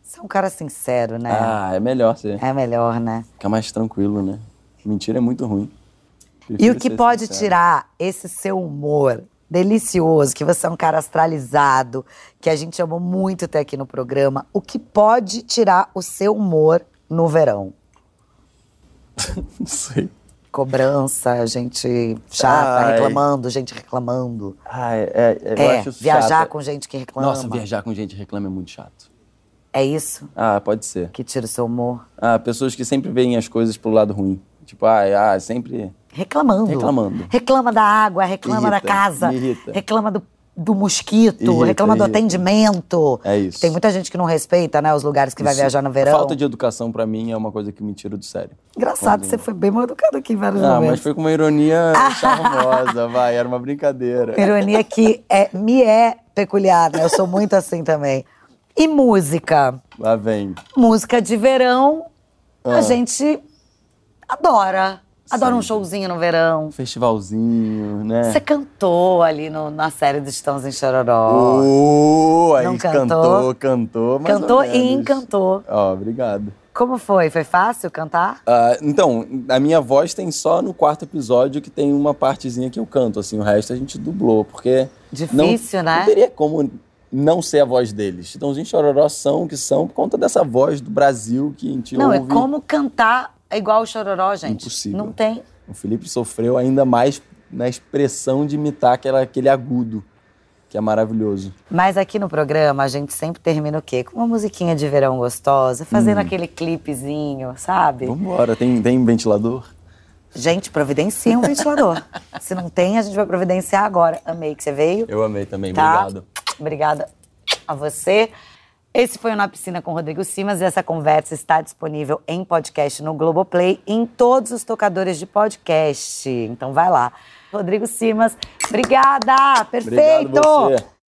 Speaker 5: Você é um cara sincero, né?
Speaker 2: Ah, é melhor ser.
Speaker 5: É melhor, né?
Speaker 2: Fica mais tranquilo, né? Mentira é muito ruim.
Speaker 5: E
Speaker 2: Prefiro
Speaker 5: o que
Speaker 2: ser
Speaker 5: pode
Speaker 2: sincero.
Speaker 5: tirar esse seu humor delicioso, que você é um cara astralizado, que a gente amou muito ter aqui no programa, o que pode tirar o seu humor no verão?
Speaker 2: Não sei.
Speaker 5: Cobrança, gente chata
Speaker 2: Ai.
Speaker 5: reclamando, gente reclamando.
Speaker 2: Ah, é, é, eu
Speaker 5: é,
Speaker 2: acho
Speaker 5: viajar
Speaker 2: chato.
Speaker 5: com gente que reclama.
Speaker 2: Nossa, viajar com gente que reclama é muito chato.
Speaker 5: É isso
Speaker 2: Ah, pode ser.
Speaker 5: que tira o seu humor?
Speaker 2: Ah, pessoas que sempre veem as coisas pro lado ruim. Tipo, ah, ah sempre.
Speaker 5: Reclamando.
Speaker 2: Reclamando.
Speaker 5: Reclama da água, reclama da
Speaker 2: Irrita,
Speaker 5: casa,
Speaker 2: me irrita.
Speaker 5: reclama do, do mosquito,
Speaker 2: Irrita,
Speaker 5: reclama do
Speaker 2: irrita.
Speaker 5: atendimento.
Speaker 2: É isso.
Speaker 5: Tem muita gente que não respeita, né, os lugares que vai
Speaker 2: Isso-
Speaker 5: viajar no verão.
Speaker 2: Falta de educação pra mim é uma coisa que me tira do sério.
Speaker 5: Engraçado, você foi bem mal educado aqui em vários
Speaker 2: Ah, mas
Speaker 5: momentos.
Speaker 2: foi com
Speaker 5: [LAUGHS]
Speaker 2: uma ironia charmosa, vai, era uma brincadeira.
Speaker 5: Ironia que é, me é peculiar, né? Eu sou muito assim também. E música?
Speaker 2: Lá vem.
Speaker 5: Música de verão, a
Speaker 2: Ah.
Speaker 5: gente adora. Adora um
Speaker 2: Sempre.
Speaker 5: showzinho no verão.
Speaker 2: um Festivalzinho, né?
Speaker 5: Você cantou ali no- na série dos Estamos em Chororó.
Speaker 2: Oh, aí
Speaker 5: Não
Speaker 2: cantou,
Speaker 5: cantou?
Speaker 2: cantou, mais ou
Speaker 5: cantou e
Speaker 2: menos.
Speaker 5: encantou.
Speaker 2: Ó, obrigado.
Speaker 5: Como foi? Foi fácil cantar?
Speaker 2: Ah, então, a minha voz tem só no quarto episódio que tem uma partezinha que eu canto, assim, o resto a gente dublou, porque
Speaker 5: Difícil,
Speaker 2: não,
Speaker 5: né?
Speaker 2: não teria como não ser a voz deles. Então, gente, Chororó são o que são por conta dessa voz do Brasil que a gente
Speaker 5: Não, é
Speaker 2: ouve.
Speaker 5: como cantar é igual o chororó, gente.
Speaker 2: Impossível.
Speaker 5: Não tem.
Speaker 2: O Felipe sofreu ainda mais na expressão de imitar aquela, aquele agudo, que é maravilhoso.
Speaker 5: Mas aqui no programa a gente sempre termina o quê? Com uma musiquinha de verão gostosa, fazendo
Speaker 2: Hum.
Speaker 5: aquele clipezinho, sabe?
Speaker 2: Vambora, tem, tem ventilador?
Speaker 5: Gente, providencia um
Speaker 2: [LAUGHS]
Speaker 5: ventilador. Se não tem, a gente vai providenciar agora. Amei que você veio.
Speaker 2: Eu amei também,
Speaker 5: Tá?
Speaker 2: obrigado.
Speaker 5: Obrigada a você. Esse foi o Na Piscina com Rodrigo Simas e essa conversa está disponível em podcast no Globoplay e em todos os tocadores de podcast. Então vai lá. Rodrigo Simas, obrigada! Perfeito!
Speaker 2: Obrigado você.